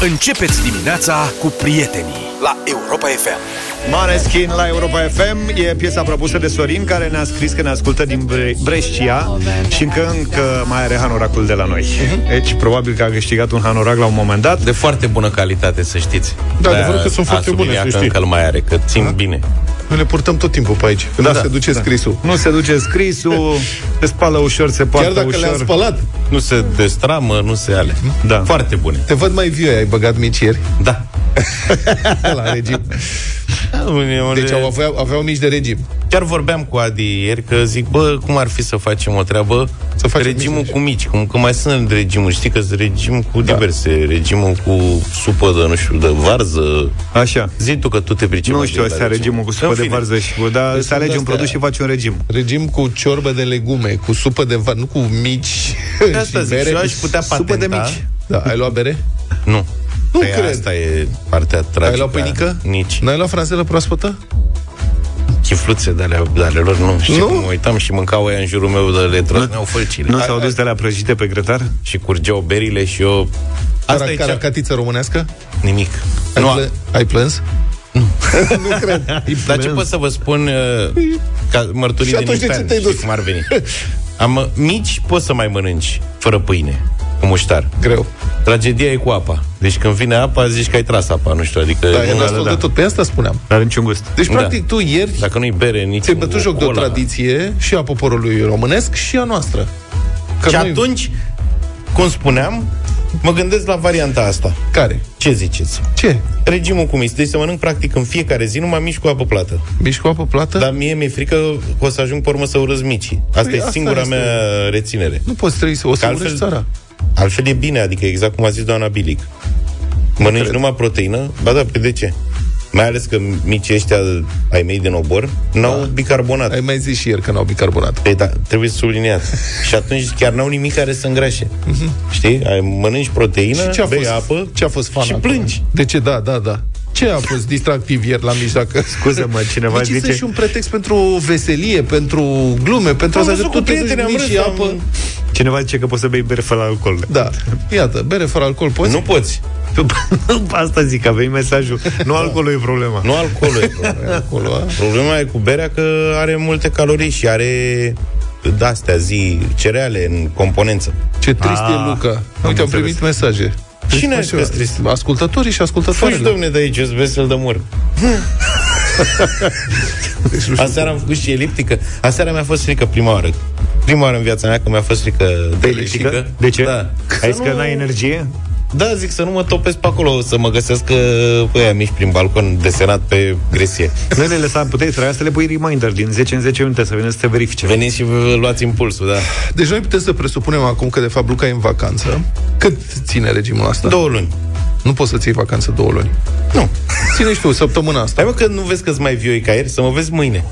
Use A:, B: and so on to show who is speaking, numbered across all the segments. A: Începeți dimineața cu prietenii la Europa FM.
B: Maneskin la Europa FM e piesa propusă de Sorin care ne-a scris că ne ascultă din Bre- Brescia și încă încă mai are hanoracul de la noi.
C: Mhm.
B: Deci probabil că a câștigat un hanorac la un moment dat.
C: De foarte bună calitate, să știți.
D: Da,
C: De-aia
D: adevărul că sunt
C: a
D: foarte bune,
C: subliniat
D: să
C: că
D: știi.
C: încă
D: Da.
C: îl mai are, că țin bine.
D: Noi le purtăm tot timpul pe aici, când da, se duce da. scrisul.
B: Nu se duce scrisul, se spală ușor, se poartă
D: Chiar dacă
B: ușor.
D: le-am spălat.
C: Nu se destramă, nu se ale.
B: Da.
C: Foarte bune.
D: Te văd mai viu, ai băgat mici ieri
C: Da.
D: la regim. Deci
C: Deci
D: au aveau, aveau mici de regim.
C: Chiar vorbeam cu Adi ieri că zic, bă, cum ar fi să facem o treabă
D: Să facem
C: regimul
D: mici,
C: cu mici, cum că mai sunt regimuri, știi că sunt regim cu diverse,
B: Da.
C: regimul cu supă de, nu știu, de varză.
B: Așa.
C: Zi tu că tu te pricepi.
B: Nu
C: mai
B: știu,
C: bine la
B: astea regimul cu supă
C: În
B: de
C: fine.
B: varză și da, deci să
D: sunt
B: alegi un
D: astea-
B: produs și faci un regim.
D: Regim cu ciorbă de legume, cu supă de var, nu cu mici
C: De
D: și
C: Asta zic,
D: bere.
C: și eu aș putea patenta.
B: Supă de mici.
D: Da, ai luat bere?
C: Nu.
D: Nu
C: Păi
D: cred.
C: Asta e partea tragică.
D: Ai luat pâinică?
C: Nici.
D: N-ai luat franzelă proaspătă?
C: Chifluțe de ale, de ale lor, nu. Și
D: Nu?
C: mă uitam și mâncau aia în jurul meu de le trăsneau fălcile.
B: Nu s-au dus de la prăjite pe grătar?
C: Și curgeau berile și eu... Asta
D: Asta
C: e
D: Cara,
C: cea...
D: caracatiță românească?
C: Nimic.
D: Ai,
C: Nu,
D: plă- ai plâns?
C: Da,
D: Nu. nu cred.
C: Dar ce pot să vă spun uh, ca mărturii
D: Și
C: din
D: atunci de
C: instant,
D: ce te-ai
C: știi
D: dus?
C: cum ar veni. Am, uh, mici poți să mai mănânci fără pâine, cu muștar.
D: Greu.
C: Tragedia e cu apa. Deci când vine apa, zici că ai tras apa, nu știu, adică...
D: Da, e
C: nu,
D: nasol
B: da.
D: de tot. Pe asta spuneam.
B: Dar niciun gust.
D: Deci,
C: Da.
D: practic, tu ieri
C: dacă nu-i bere nici...
D: ți-ai bătut joc de o
C: cola.
D: tradiție și a poporului românesc și a noastră. Că
C: Și
D: noi-
C: atunci, cum spuneam, mă gândesc la varianta asta.
D: Care?
C: Ce ziceți?
D: Ce?
C: Regimul cu mici. Deci să mănânc practic în fiecare zi numai mici cu apă plată.
D: Mici cu apă plată?
C: Dar mie mi-e frică că o să ajung pe urmă să urăz micii. Asta
D: Păi
C: e
D: asta
C: singura
D: este.
C: mea reținere.
D: Nu poți trăi să o să
C: Că altfel-
D: urăști țara.
C: Altfel e bine, adică exact cum a zis doamna Bilic. Mănânci
D: cred.
C: numai proteină? Ba da, pe de ce? Mai ales că micii ăștia ai mei din obor n-au bicarbonat.
D: Da. Ai mai zis și ieri că n-au bicarbonat.
C: Păi da, trebuie subliniat. și atunci chiar n-au nimic care să îngrașe. Știi? Ai, mănânci proteină,
D: Mhm. Și ce a
C: bei
D: fost,
C: apă
D: ce a fost fan
C: și
D: acolo?
C: plângi.
D: De ce? Da, da, da. Ce a fost distractiv ieri la mici dacă...
B: Scuză-mă, cineva
D: Micii
B: zice-
D: sunt Deci și un pretext pentru veselie, pentru glume, pentru
C: Am
D: asta că
C: văzut
D: tu
C: cu
D: te duci
C: prieteni, am
D: mici
C: râs,
D: și
C: am-
D: apă.
B: Cineva zice că poți să bei bere fără alcool.
D: Da. Iată, bere fără alcool poți?
C: Nu poți.
B: Asta zic, a venit mesajul. Nu alcoolul e problema.
C: Nu alcoolul e problema.
D: Acolo, a?
C: Problema e cu berea că are multe calorii și are de-astea zi cereale în componență.
D: Ce trist
B: Ah,
D: e Luca.
B: am
D: Uite, am
B: înțeles. Păi
D: primit mesaje.
C: Cine
D: Deci,
C: a zis că-s trist?
D: Ascultătorii și
C: Fugi,
D: ascultătoarele.
C: domne, de aici, ești vesel de mor.
B: Deci,
C: Aseară am făcut și eliptică. Aseară mi-a fost frică prima oară. Prima oară în viața mea că mi-a fost frică de
B: Eliptică?
C: eliptică.
B: De ce?
C: Da.
B: Ai
C: Să
B: zis că
C: nu-
B: n-ai energie?
C: Da, zic să nu mă topesc pe acolo, să mă găsesc uh, pe aia mici prin balcon desenat pe gresie.
B: Noi le lăsam, puteai să să le pui reminder din 10 în 10 minute să vină să te verifice.
C: Veniți și vă luați impulsul, da.
D: Deci noi putem să presupunem acum că de fapt Luca e în vacanță. Cât ține regimul asta?
C: Două luni.
D: Nu poți să ții vacanță două luni.
C: Nu.
D: Ține și tu săptămâna asta.
C: Hai mă că nu vezi că-ți mai vioi ca ieri, să mă vezi mâine.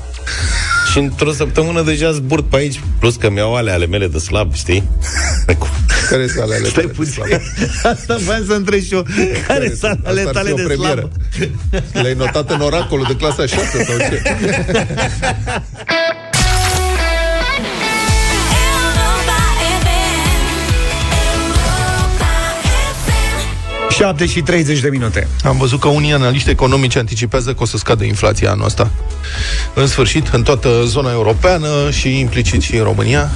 C: Și într-o săptămână deja zburt pe aici, plus că mi-au ale ale mele de slab, știi?
D: Care sunt ale
B: Stai
D: tale?
B: puțin. Asta vreau să întreb și eu. Care sunt ale
D: Asta ar fi
B: tale
D: o
B: de
D: premieră.
B: slabă?
D: L-ai notat în oracolul de clasa 6 sau ce?
E: Europa FM.
B: 7 și 30 de minute.
D: Am văzut că unii analiști economici anticipează că o să scadă inflația anul ăsta. În sfârșit, în toată zona europeană și implicit și în România,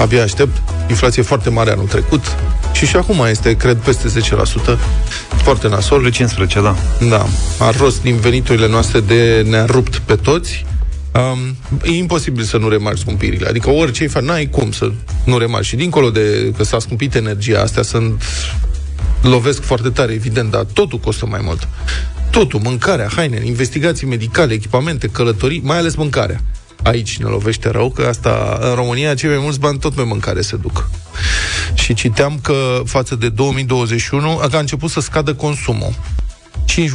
D: abia aștept. Inflație foarte mare anul trecut și și acum este, cred, peste 10%. Foarte nasol.
B: 15, da.
D: Da, a rost din veniturile noastre de ne-a rupt pe toți. Um, e imposibil să nu remarci scumpirile. Adică orice ai fa- n-ai cum să nu remarci. Și dincolo de că s-a scumpit energia, astea sunt... Lovesc foarte tare, evident, dar totul costă mai mult. Totul, mâncarea, haine, investigații medicale, echipamente, călătorii, mai ales mâncarea. Aici ne lovește rău, că asta în România cei mai mulți bani tot pe mâncare se duc. Și citeam că față de 2021 a- că a început să scadă consumul.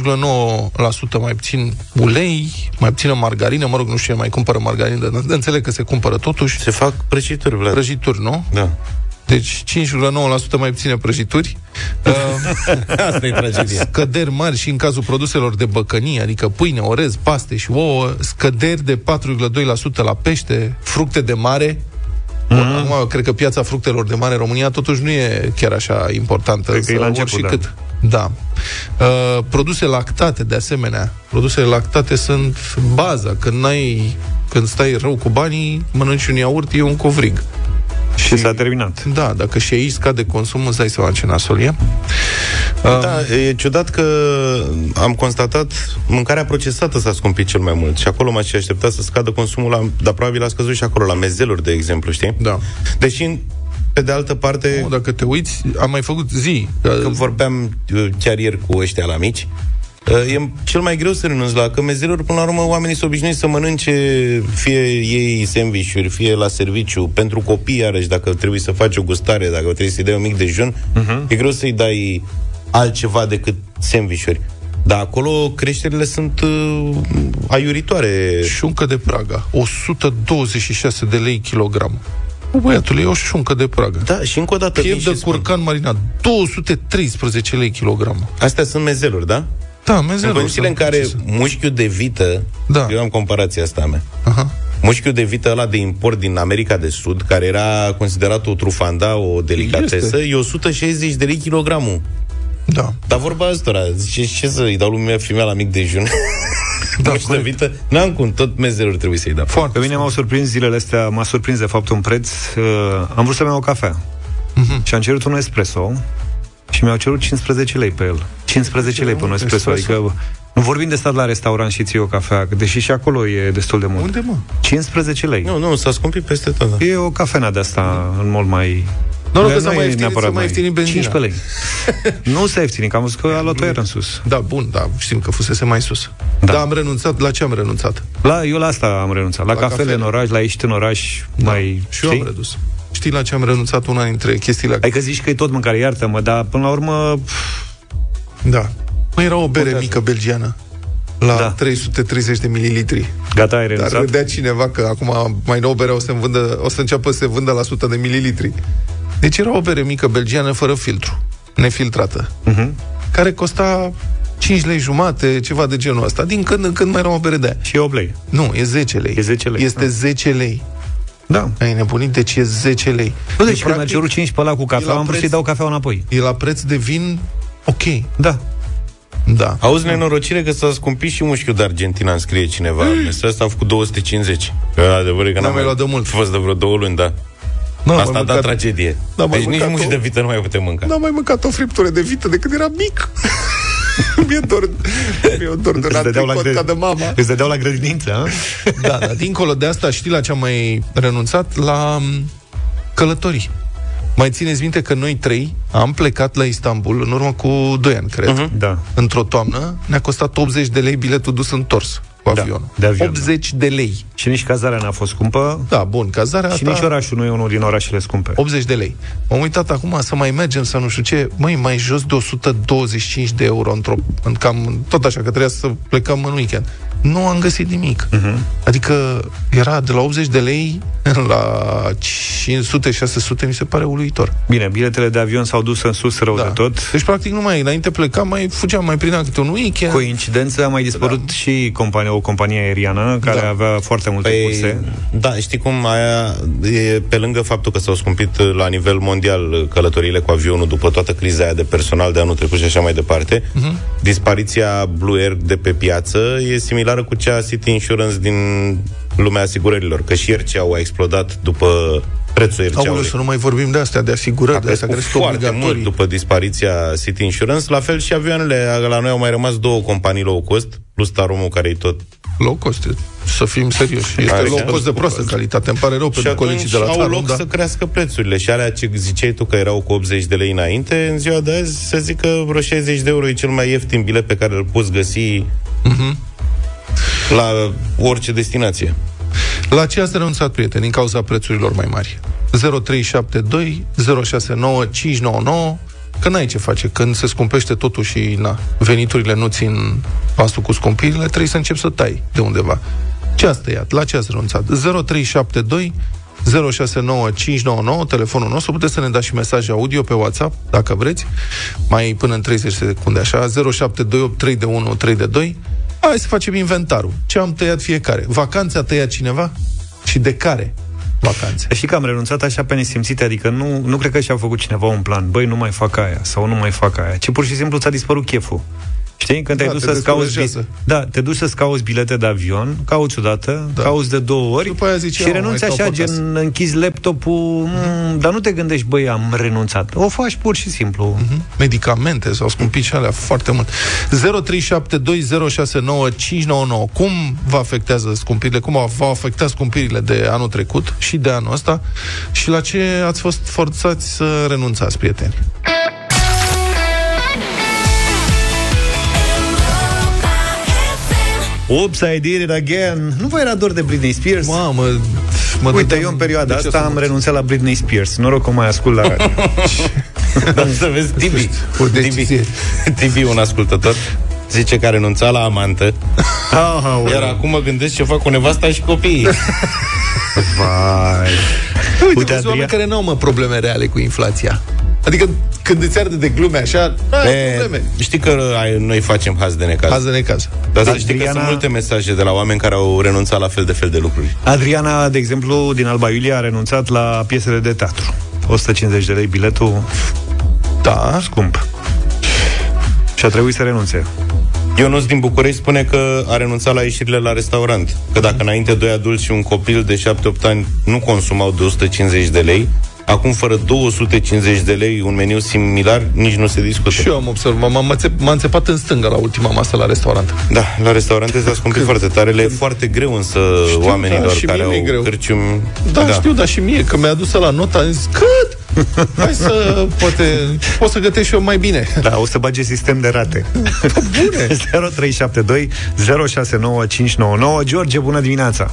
D: 5,9% mai puțin ulei, mai puțină margarină, mă rog, nu știu, eu mai cumpără margarină, dar înțeleg că se cumpără totuși.
C: Se fac prăjituri, Vlad.
D: Prăjituri, nu?
C: Da.
D: Deci 5,9% mai puține prăjituri,
C: Asta e tragedia.
D: scăderi mari și în cazul produselor de băcănie, adică pâine, orez, paste și ouă, scăderi de 4,2% la pește, fructe de mare. Bun,
B: Mhm.
D: acum, cred că piața fructelor de mare în România totuși nu e chiar așa importantă.
B: Cred că e
D: însă
B: la început,
D: ori și
B: da.
D: cât. Da. Uh, produse lactate, de asemenea. Produsele lactate sunt baza. Când, ai când stai rău cu banii, mănânci un iaurt, e un covrig.
B: Și s-a terminat.
D: Da, dacă și aici scade consumul, îți dai seama ce nasol e.
C: Da, e ciudat că am constatat mâncarea procesată s-a scumpit cel mai mult și acolo m-aș fi așteptat să scadă consumul, la, dar probabil a scăzut și acolo, la mezeluri, de exemplu, știi?
D: Da.
C: Deși, pe de altă parte,
D: Nu, dacă te uiți, am mai făcut zi.
C: că vorbeam uh, chiar ieri cu ăștia la mici, uh, e cel mai greu să renunți la, că mezeluri, până la urmă, oamenii sunt obișnuiți să mănânce fie ei sandvișuri, fie la serviciu, pentru copii, iarăși, dacă trebuie să faci o gustare, dacă trebuie să-i dai un mic dejun,
D: Mhm.
C: e greu să-i dai altceva decât sandvișuri. Dar acolo creșterile sunt uh, aiuritoare.
D: Șuncă de Praga, 126 de lei kilogram. Bă, băiatul, e o șuncă de Praga.
C: Da, și încă o dată... vin
D: Piept
C: și
D: de
C: spun.
D: curcan marinat, 213 lei kilogram.
C: Astea sunt mezeluri, da?
D: Da, mezelor.
C: În condițiile în
D: sunt
C: care
D: procese.
C: mușchiul de vită,
D: Da.
C: eu am comparația asta a mea,
D: Aha.
C: Mușchiul de vită ăla de import din America de Sud, care era considerat o trufanda, o delicatesă,
D: Este.
C: e 160 de lei kilogramul.
D: Da,
C: Dar vorba asta, zice, ce să îi dau lui mea, fimea la mic dejun?
D: da,
C: Da, de
D: corect.
C: vită? N-am cum, tot mezelor trebuie să-i dau.
D: Foarte.
B: da. Pe mine m-au surprins zilele astea, m-a surprins de fapt un preț. Uh, am vrut să-mi iau o cafea
D: Mhm.
B: mm-hmm. și am cerut un espresso și mi-au cerut 15 lei pe el. 15 lei pe un espresso,
D: espresso.
B: adică nu vorbim de stat la restaurant și ții o cafea, că deși și acolo e destul de mult.
D: Unde, mă?
B: 15 lei.
C: Nu, nu, s-a scumpit peste tot. Da.
B: E o cafenea de asta în mult mai...
D: Noroc că
B: Dar
D: s-a
B: nu
D: mai
B: e
D: ieftinit,
B: neapărat
D: s-a mai
B: mai-
D: ieftinit benzina.
B: 15 lei. nu s-a ieftinit, că am văzut că a luat-o iar în sus.
D: Da, bun, da, știm că fusese mai sus. Da. Dar am renunțat, la ce am renunțat?
B: La, eu la asta am renunțat. La, la cafele,
D: cafele.
B: în oraș, la ieșit în oraș, da. mai...
D: Și eu am redus. Știi la ce am renunțat una dintre chestiile?
B: Adică zici că e tot mâncare, iartă-mă, dar până la urmă... pf,
D: Da. Mai era o bere mică belgiană la
B: Da.
D: da. 330 de mililitri.
B: Gata, ai
D: Dar
B: renunțat.
D: exact. râdea cineva că acum mai nou berea o să, vândă, o să înceapă să se vândă la 100 de mililitri. Deci era o bere mică belgiană fără filtru, nefiltrată, uh-huh.
F: Mm-hmm.
D: care costa 5 lei jumate, ceva de genul ăsta. Din când în când mai era o bere de aia.
B: Și e 8 lei.
D: Nu, e 10 lei.
B: E 10 lei,
D: Este
B: da.
D: 10 lei.
B: Da.
D: Ai nebunit? Deci e 10 lei.
B: Nu, deci când a
D: practic,
B: cerut 5 pe ăla cu
D: e
B: cafea,
D: la
B: am vrut
D: preț.
B: să-i dau cafea înapoi.
D: E la preț de vin ok.
B: Da.
D: Da.
C: Auzi, nenorocire că s-a scumpit și mușchiul de Argentina, îmi scrie cineva. Mesajul ăsta a făcut 250. Că, Adevărul e că
D: N-am
C: n-am
D: Mm. mai luat de mult.
C: Fost de vreo două luni, da.
D: Nu,
C: Asta a dat tragedie.
D: N-am mai
C: Deci nici
D: mâncat-o.
C: mușchi de vită nu mai putem mânca.
D: N-am mai mâncat o friptură de vită de când era mic. mi-e dor, mi-e dor de la tricot ca de mama.
B: Îți dădeau la grădiniță, a?
D: Da, dar dincolo de asta, știi la ce am mai renunțat? La m, călătorii. Mai țineți minte că noi trei am plecat la Istanbul în urmă cu 2 ani, cred. Uh-huh.
B: Da.
D: Într-o toamnă ne-a costat 80 de lei biletul dus întors cu avionul.
B: de avion, da.
D: 80 de lei.
B: Și nici cazarea n-a fost scumpă
D: Da, bun, cazarea
B: și
D: ta...
B: nici orașul nu e unul din orașele scumpe.
D: 80 de lei. M-am uitat acum să mai mergem, să nu știu ce. Măi, mai jos de 125 de euro într-o... În cam, tot așa, că trebuia să plecăm în weekend. Nu am găsit nimic.
F: Mm-hmm.
D: Uh-huh. Adică era de la 80 de lei la 500-600, mi se pare uluitor.
B: Bine, biletele de avion s-au dus în sus rău de tot.
D: Deci, practic, nu mai... Înainte plecam, mai fugeam, mai prindeam câte un weekend.
B: Coincidență, a mai dispărut da. și companie, o companie aeriană care da.
D: Da.
B: avea foarte multe păi... curse.
C: da, știi cum aia e pe lângă faptul că s-au scumpit uh, la nivel mondial uh, călătoriile cu avionul după toată criza aia de personal de anul trecut și așa mai departe.
D: Mhm.
C: Dispariția Blue Air de pe piață e similară cu cea a City Insurance din lumea asigurărilor, că și RCA-ul a explodat după prețul
D: Aoleu, să
C: RCA-ului.
D: nu mai vorbim de astea, de asigurări, de astea care sunt
C: foarte mult
D: obligatorii.
C: după dispariția City Insurance, la fel și avioanele la noi au mai rămas două companii low cost, plus Taromul care e tot
D: Low cost, să fim serioși. Este
C: Are
D: low
C: și-
D: cost de proastă calitate. Îmi pare rău
C: Și
D: pentru
C: atunci
D: colegii de la
C: au
D: țară.
C: loc
D: da?
C: să crească prețurile Și alea ce ziceai tu că erau cu 80 de lei înainte În ziua de azi să zic că vreo 60 de euro E cel mai ieftin bilet pe care îl poți găsi
D: Mhm.
C: La orice destinație
D: La ce ați renunțat, prieteni, din cauza prețurilor mai mari? 0372 069 599 Că n-ai ce face, când se scumpește totul și na, veniturile nu țin pasul cu scumpirile, trebuie să începi să tai de undeva. Ce ați tăiat? La ce ați renunțat? 0372 069 599, telefonul nostru, puteți să ne dați și mesaje audio pe WhatsApp, dacă vreți, mai până în 30 secunde, așa, 0728 3 de 1 3 de 2 Hai să facem inventarul. Ce am tăiat fiecare? Vacanțe a tăiat cineva? Și de care? vacanțe.
B: Dar știi că am renunțat așa pe nesimțite, adică nu, nu cred că și-a făcut cineva un plan, băi, nu mai fac aia sau nu mai fac aia, ci pur și simplu ți-a dispărut cheful. Știi? Când te-ai
D: Da,
B: dus
D: te
B: să-ți cauți, bi-
D: descurajează.
B: da, te duci să-ți cauți bilete de avion, cauți odată, da. cauți de două ori
D: După aia zici,
B: și
D: "Ia, mă,
B: renunți
D: mai stau
B: așa,
D: pe acasă."
B: gen închizi laptopul, mm, dar nu te gândești, băi, am renunțat. O faci pur și simplu. Mm-hmm.
D: Mhm. medicamente s-au scumpit și alea foarte mult. 0372069599. Cum vă afectează scumpirile? Cum vă afecta scumpirile de anul trecut și de anul ăsta? Și la ce ați fost forțați să renunțați, prieteni?
B: Oops, I did it again. Nu vă era dor de Britney Spears?
D: Mamă, mă
B: Uite,
D: dădeam-
B: eu în perioada
D: de ce
B: asta
D: să
B: am
D: mă-
B: renunțat la Britney Spears. Noroc că o mai ascult la radio.
C: Dar să vezi, Tibi.
D: O decizie.
C: Tibi, Tibi, un ascultător, zice că a renunțat la amantă,
B: Aha,
C: iar acum mă gândesc ce fac cu nevasta și copiii.
B: Vai.
D: Uite,
B: Uite,
D: Uite oameni
B: Adrian.
D: care nu au mă probleme reale cu inflația. Adică când îți arde de glume așa, ai probleme.
C: știi că ai- noi facem haz de necaz.
D: Azi de necaz.
C: Dar să știi că
B: Adriana-
C: sunt multe mesaje de la oameni care au renunțat la fel de fel de lucruri.
B: Adriana, de exemplu, din Alba Iulia a renunțat la piesele de teatru. 150 de lei biletul
D: Da.
B: scump. Și a trebuit să renunțe.
C: Ionuț din București spune că a renunțat la ieșirile la restaurant. Că dacă înainte doi adulți și un copil de 7-8 ani nu consumau 250 de lei, acum fără 250 de lei un meniu similar nici nu se discută.
D: Și eu am observat, m-am, înțep- m-am înțepat în stânga la ultima masă la restaurant.
C: Da, la restaurante s-a scumpit foarte tare. Le e foarte greu însă știu,
D: da,
C: oamenilor
D: și
C: care
D: mie mi-e
C: au
D: greu.
C: cârciumi.
D: Da, da, știu, dar și mie, că mi-a dus la nota, am zis, cât? Hai să, poate, pot să gătesc și eu mai bine.
B: Da, o să bage sistem de rate. Bune! 0372 069599 George, bună dimineața!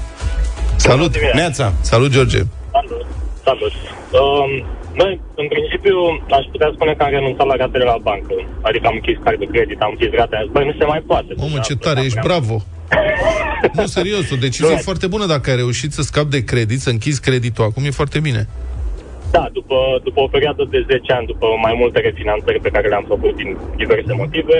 D: Salut!
C: Neața!
D: Salut, George!
E: Salut! Salut! Um, băi, în principiu, aș putea spune că am renunțat la ratele la bancă. Adică am închis card de credit, am închis rate. Băi, nu se mai poate.
D: Omul,
E: Deja,
D: ce tare ești, bravo! Nu, serios, o decizie
E: Da.
D: foarte bună dacă ai reușit să scapi de credit, să închizi creditul acum, e foarte bine.
E: Da, după, după o perioadă de 10 ani, după mai multe refinanțări pe care le-am făcut din diverse motive,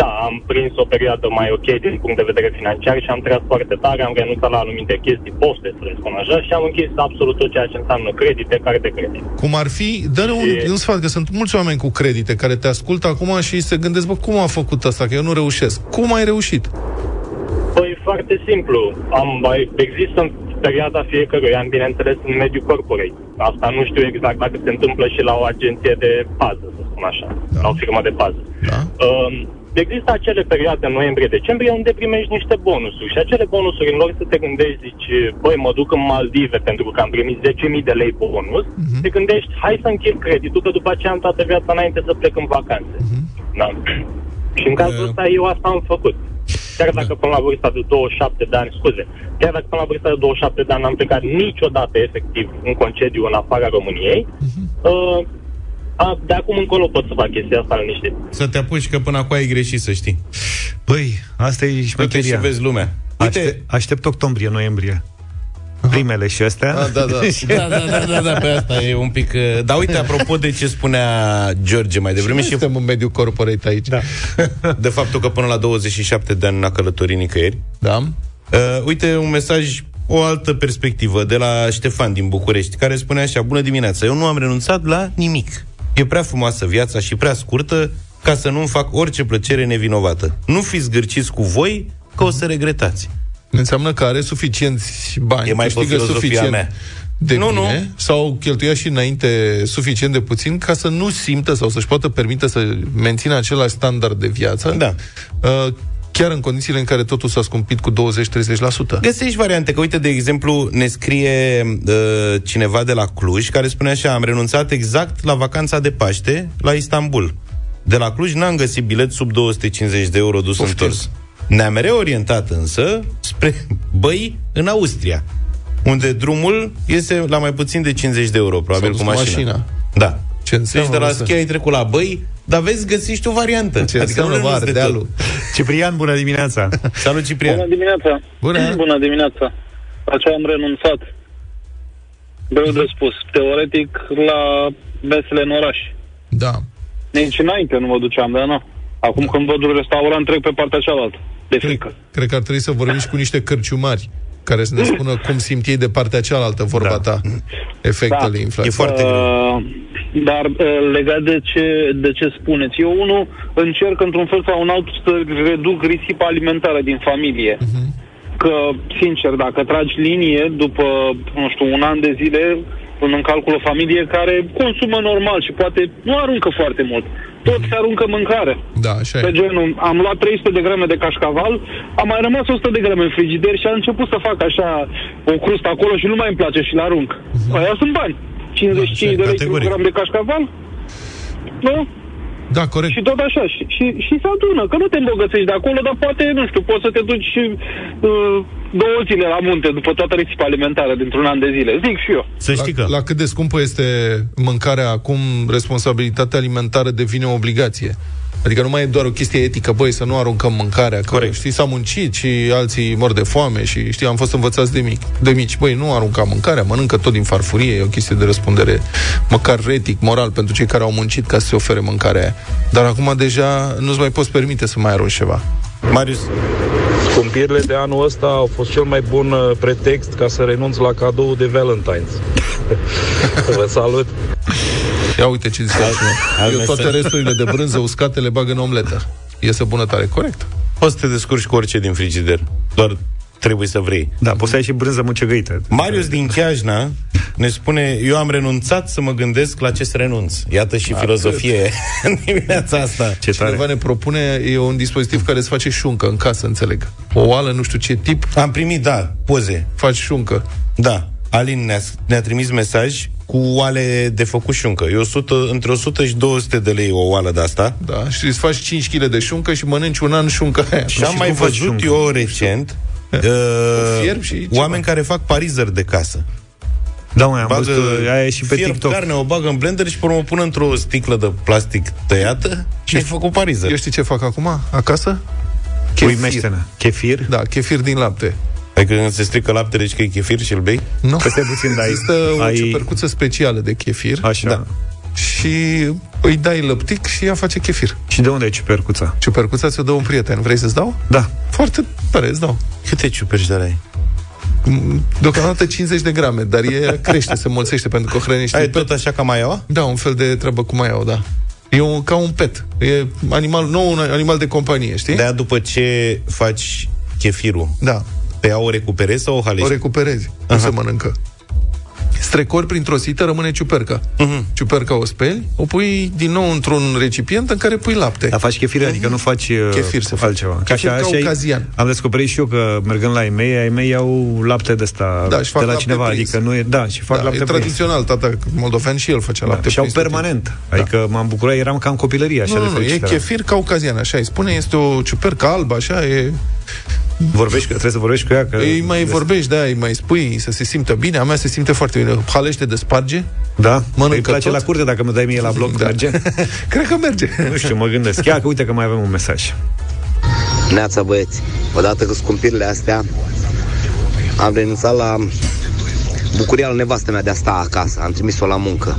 E: da, am prins o perioadă mai ok din punct de vedere financiar și am tras foarte tare, am renunțat la anumite chestii poste, să le spun așa, și am închis absolut tot ceea ce înseamnă credite, card de credit.
D: Cum ar fi, dă un,
E: E-
D: un sfat, că sunt mulți oameni cu credite care te ascultă acum și se gândesc, bă, cum a făcut asta, că eu nu reușesc. Cum ai reușit?
E: Păi foarte simplu. Am, mai- există în perioada fiecărui an, bineînțeles, în mediul corporate. Asta nu știu exact dacă se întâmplă și la o agenție de pază, să spun așa, da. la o firmă de pază.
D: Da.
E: Um, există acele perioade, noiembrie-decembrie, unde primești niște bonusuri și acele bonusuri, în loc să te gândești, zici, băi, mă duc în Maldive pentru că am primit 10.000 de lei bonus, uh-huh. te gândești, hai să închid creditul, că după aceea am toată viața înainte să plec în vacanțe. Uh-huh. Da. Și în cazul ăsta eu asta am făcut. Chiar dacă până la vârsta de 27 de ani, scuze, chiar dacă până la vârsta de 27 de ani n-am plecat niciodată efectiv în concediu în afara României, uh, a, de acum încolo pot să fac chestia asta în niște
C: Să te apuci că până acum ai greșit, să știi.
B: Băi, asta e
C: Uite și
B: șmecheria.
C: vezi lumea.
B: Aște- aștept octombrie, noiembrie. Primele și astea.
D: Da, da, da.
C: Da, da, da, da, da, pe asta e un pic... uh, Dar uite, apropo de ce spunea George mai devreme și,
D: Suntem în mediul corporate aici. Da.
C: de faptul că până la 27 de ani n-a călătorit nicăieri.
D: da?
C: Uh, uite, un mesaj, o altă perspectivă de la Ștefan din București, care spune așa, bună dimineața, eu nu am renunțat la nimic. E prea frumoasă viața și prea scurtă ca să nu-mi fac orice plăcere nevinovată. Nu fiți gârciți cu voi, că o să regretați.
D: Înseamnă că are suficienți bani,
C: E mai pe
D: câștigă
C: filozofia
D: suficient
C: mea.
D: de
C: Nu,
D: nu, bine,
C: nu.
D: nu. sau cheltuia și înainte suficient de puțin ca să nu simtă sau să-și poată permite să mențină același standard de viață,
C: Da.
D: uh, chiar în condițiile în care totul s-a scumpit cu 20-30%.
C: Găsești variante, că uite, de exemplu, ne scrie uh, cineva de la Cluj care spune așa, am renunțat exact la vacanța de Paște la Istanbul. De la Cluj n-am găsit bilet sub 250 de euro dus
D: Poftim.
C: întors. Ne-am reorientat însă spre băi în Austria, unde drumul iese la mai puțin de 50 de euro, probabil
D: dus
C: cu
D: cu
C: mașina.
D: mașina.
C: Da.
D: Ce înseamnă,
C: deci de la
D: mă, să-
C: schi ai trecut la băi, dar vezi, găsești tu variantă. Adică
D: Ce înseamnă
C: nu renunți
D: vară,
C: de
D: dealul.
C: tot.
B: Ciprian, bună dimineața!
C: Salut, Ciprian.
G: Bună dimineața!
D: Bună.
G: Bună dimineața! La ce am renunțat? Greu de spus. Teoretic, la mesele în oraș.
D: Da.
G: Nici înainte nu mă duceam, dar nu. Acum când văd un restaurant, trec pe partea cealaltă. De
D: Cred,
G: frică.
D: cred că ar trebui să vorbim și cu niște cărciumari care să ne spună cum simt ei de partea cealaltă, vorba da. ta, efectele da.
G: Da.
D: inflației.
B: E foarte greu.
G: Uh, dar uh, legat de ce, de ce spuneți, eu unul încerc într-un fel sau în altul să reduc risipa alimentară din familie.
D: Mhm.
G: Că, sincer, dacă tragi linie după, nu știu, un an de zile, pun în calcul o familie care consumă normal și poate nu aruncă foarte mult. Toți aruncă mâncare.
D: Mhm. Da, așa
G: Pe
D: e.
G: genul, am luat 300 de grame de cașcaval, a mai rămas 100 de grame în frigider și a început să fac așa o crustă acolo și nu mai îmi place și le arunc.
D: Mhm.
G: Uh-huh. Aia sunt bani. 55
C: Da,
G: de
C: așa e,
G: lei
C: categoric.
G: kilogram de cașcaval? Nu?
D: Da, corect.
G: Și tot așa, și, și, și se adună, că nu te îmbogățești de acolo, dar poate, nu știu, poți să te duci uh, două zile la munte după toată risipa alimentară dintr-un an de zile, zic și eu.
F: Să știi că...
D: La, la cât de scumpă este mâncarea acum, responsabilitatea alimentară devine o obligație. Adică nu mai e doar o chestie etică, băi, să nu aruncăm mâncarea, că, Corect. știi, s-a muncit și alții mor de foame și, știi, am fost învățați de, mic, de mici, băi, nu arunca mâncarea, mănâncă tot din farfurie, e o chestie de răspundere, măcar etic, moral, pentru cei care au muncit ca să se ofere mâncarea aia. Dar acum deja nu-ți mai poți permite să mai arunci ceva.
C: Marius,
H: Scumpirile de anul ăsta au fost cel mai bun uh, pretext ca să renunț la cadou de Valentine's. Vă salut!
D: Ia uite ce zice altcineva. Eu toate resturile de brânză uscate le bag în omletă. Iese bună tare, corect.
C: poți să te descurci cu orice din frigider. Doar trebuie să vrei.
B: Da, poți să ai și brânză mucegăită.
C: Marius din Chiajna ne spune Eu am renunțat să mă gândesc la ce să renunț Iată și filozofie în dimineața asta
B: Ce tare.
D: Cineva ne propune, e un dispozitiv care îți face șuncă în casă, înțeleg. O oală, nu știu ce tip,
C: Am primit, da, poze
D: faci șuncă.
C: Da, Alin ne-a, ne-a trimis mesaj cu oale de făcut șuncă. E 100, între 100 și 200 de lei o oală de asta.
D: Da, și îți faci 5 kg de șuncă și mănânci un an șunca aia.
C: Și am
B: și
C: mai
B: cum faci
C: văzut
B: șuncă?
C: eu recent uh,
D: fierb Eh, și ceva.
C: oameni care fac parizări de casă.
B: Da, mă, am văzut,
D: ă,
B: uh, aia e și pe
C: fierb
B: TikTok.
C: carne, o bagă în blender și pe urmă o pun într-o sticlă de plastic tăiată și ai făcut parizări.
D: Eu știi ce fac acum, acasă?
B: Chefir. Uimește-ne. Chefir?
D: Da, chefir din lapte.
C: Adică când se strică laptele, deci că e chefir și îl bei?
D: Nu?
B: Peste puțin dai.
D: Există o
B: ai-
D: ciupercuță specială de chefir
B: Așa. Da.
D: și îi dai lăptic și ea face chefir.
B: Și de unde e ciupercuța?
D: Ciupercuța ți-o dă un prieten. Vrei să-ți dau?
B: Da.
D: Foarte tare, îți dau. Mm,
C: Câte ciuperci de ai?
D: Deocamdată 50 de grame, dar e crește, se mulțește pentru că o hrănește
C: Ai
D: pe
C: tot așa ca maiaua?
D: Da, un fel de treabă cu maiau, da. E un, ca un pet. E animal, nou un animal de companie, știi?
C: de după ce faci chefirul,
D: da.
C: pe ea o recuperezi sau o
D: O
C: halești?
D: recuperezi. Nu se mănâncă. Strecori printr-o sită, rămâne ciuperca.
B: Mhm.
D: Uh-huh. Ciuperca o speli, o pui din nou într-un recipient în care pui lapte.
B: Dar faci chefir, adică nu faci uh,
D: Chefir se face.
B: altceva. Ca
D: Chefir
B: așa, așa e-
D: caucazian.
B: Am descoperit și eu că mergând la ei mei, ai mei iau lapte de ăsta
D: Da, și fac
B: de la
D: lapte
B: cineva,
D: prins.
B: adică nu e, da, și fac
D: da,
B: lapte
D: e
B: prins.
D: tradițional, tata moldovean și el făcea lapte.
B: Da, Și au
D: prins tot timpul.
B: permanent. Adică m-am bucurat, eram ca în copilărie, așa
D: Nu,
B: de
D: nu, nu, e
B: fericit. eram.
D: chefir caucazian, așa îi spune, este o ciupercă albă, așa, e,
B: Vorbești, că trebuie să vorbești cu ea, că...
D: îi mai vorbești, da, îi mai spui să se simtă bine, a mea se simte foarte bine, halește de sparge,
B: Da?
D: Mănâncă
B: Îi place
D: tot.
B: la curte dacă mă dai mie la bloc,
D: Da.
B: merge?
D: cred că merge.
B: nu știu, mă gândesc. Ia că uite că mai avem un mesaj.
I: Neața băieți, odată cu scumpirile astea, am renunțat la bucuria la nevastă mea de a sta acasă. Am trimis-o la muncă.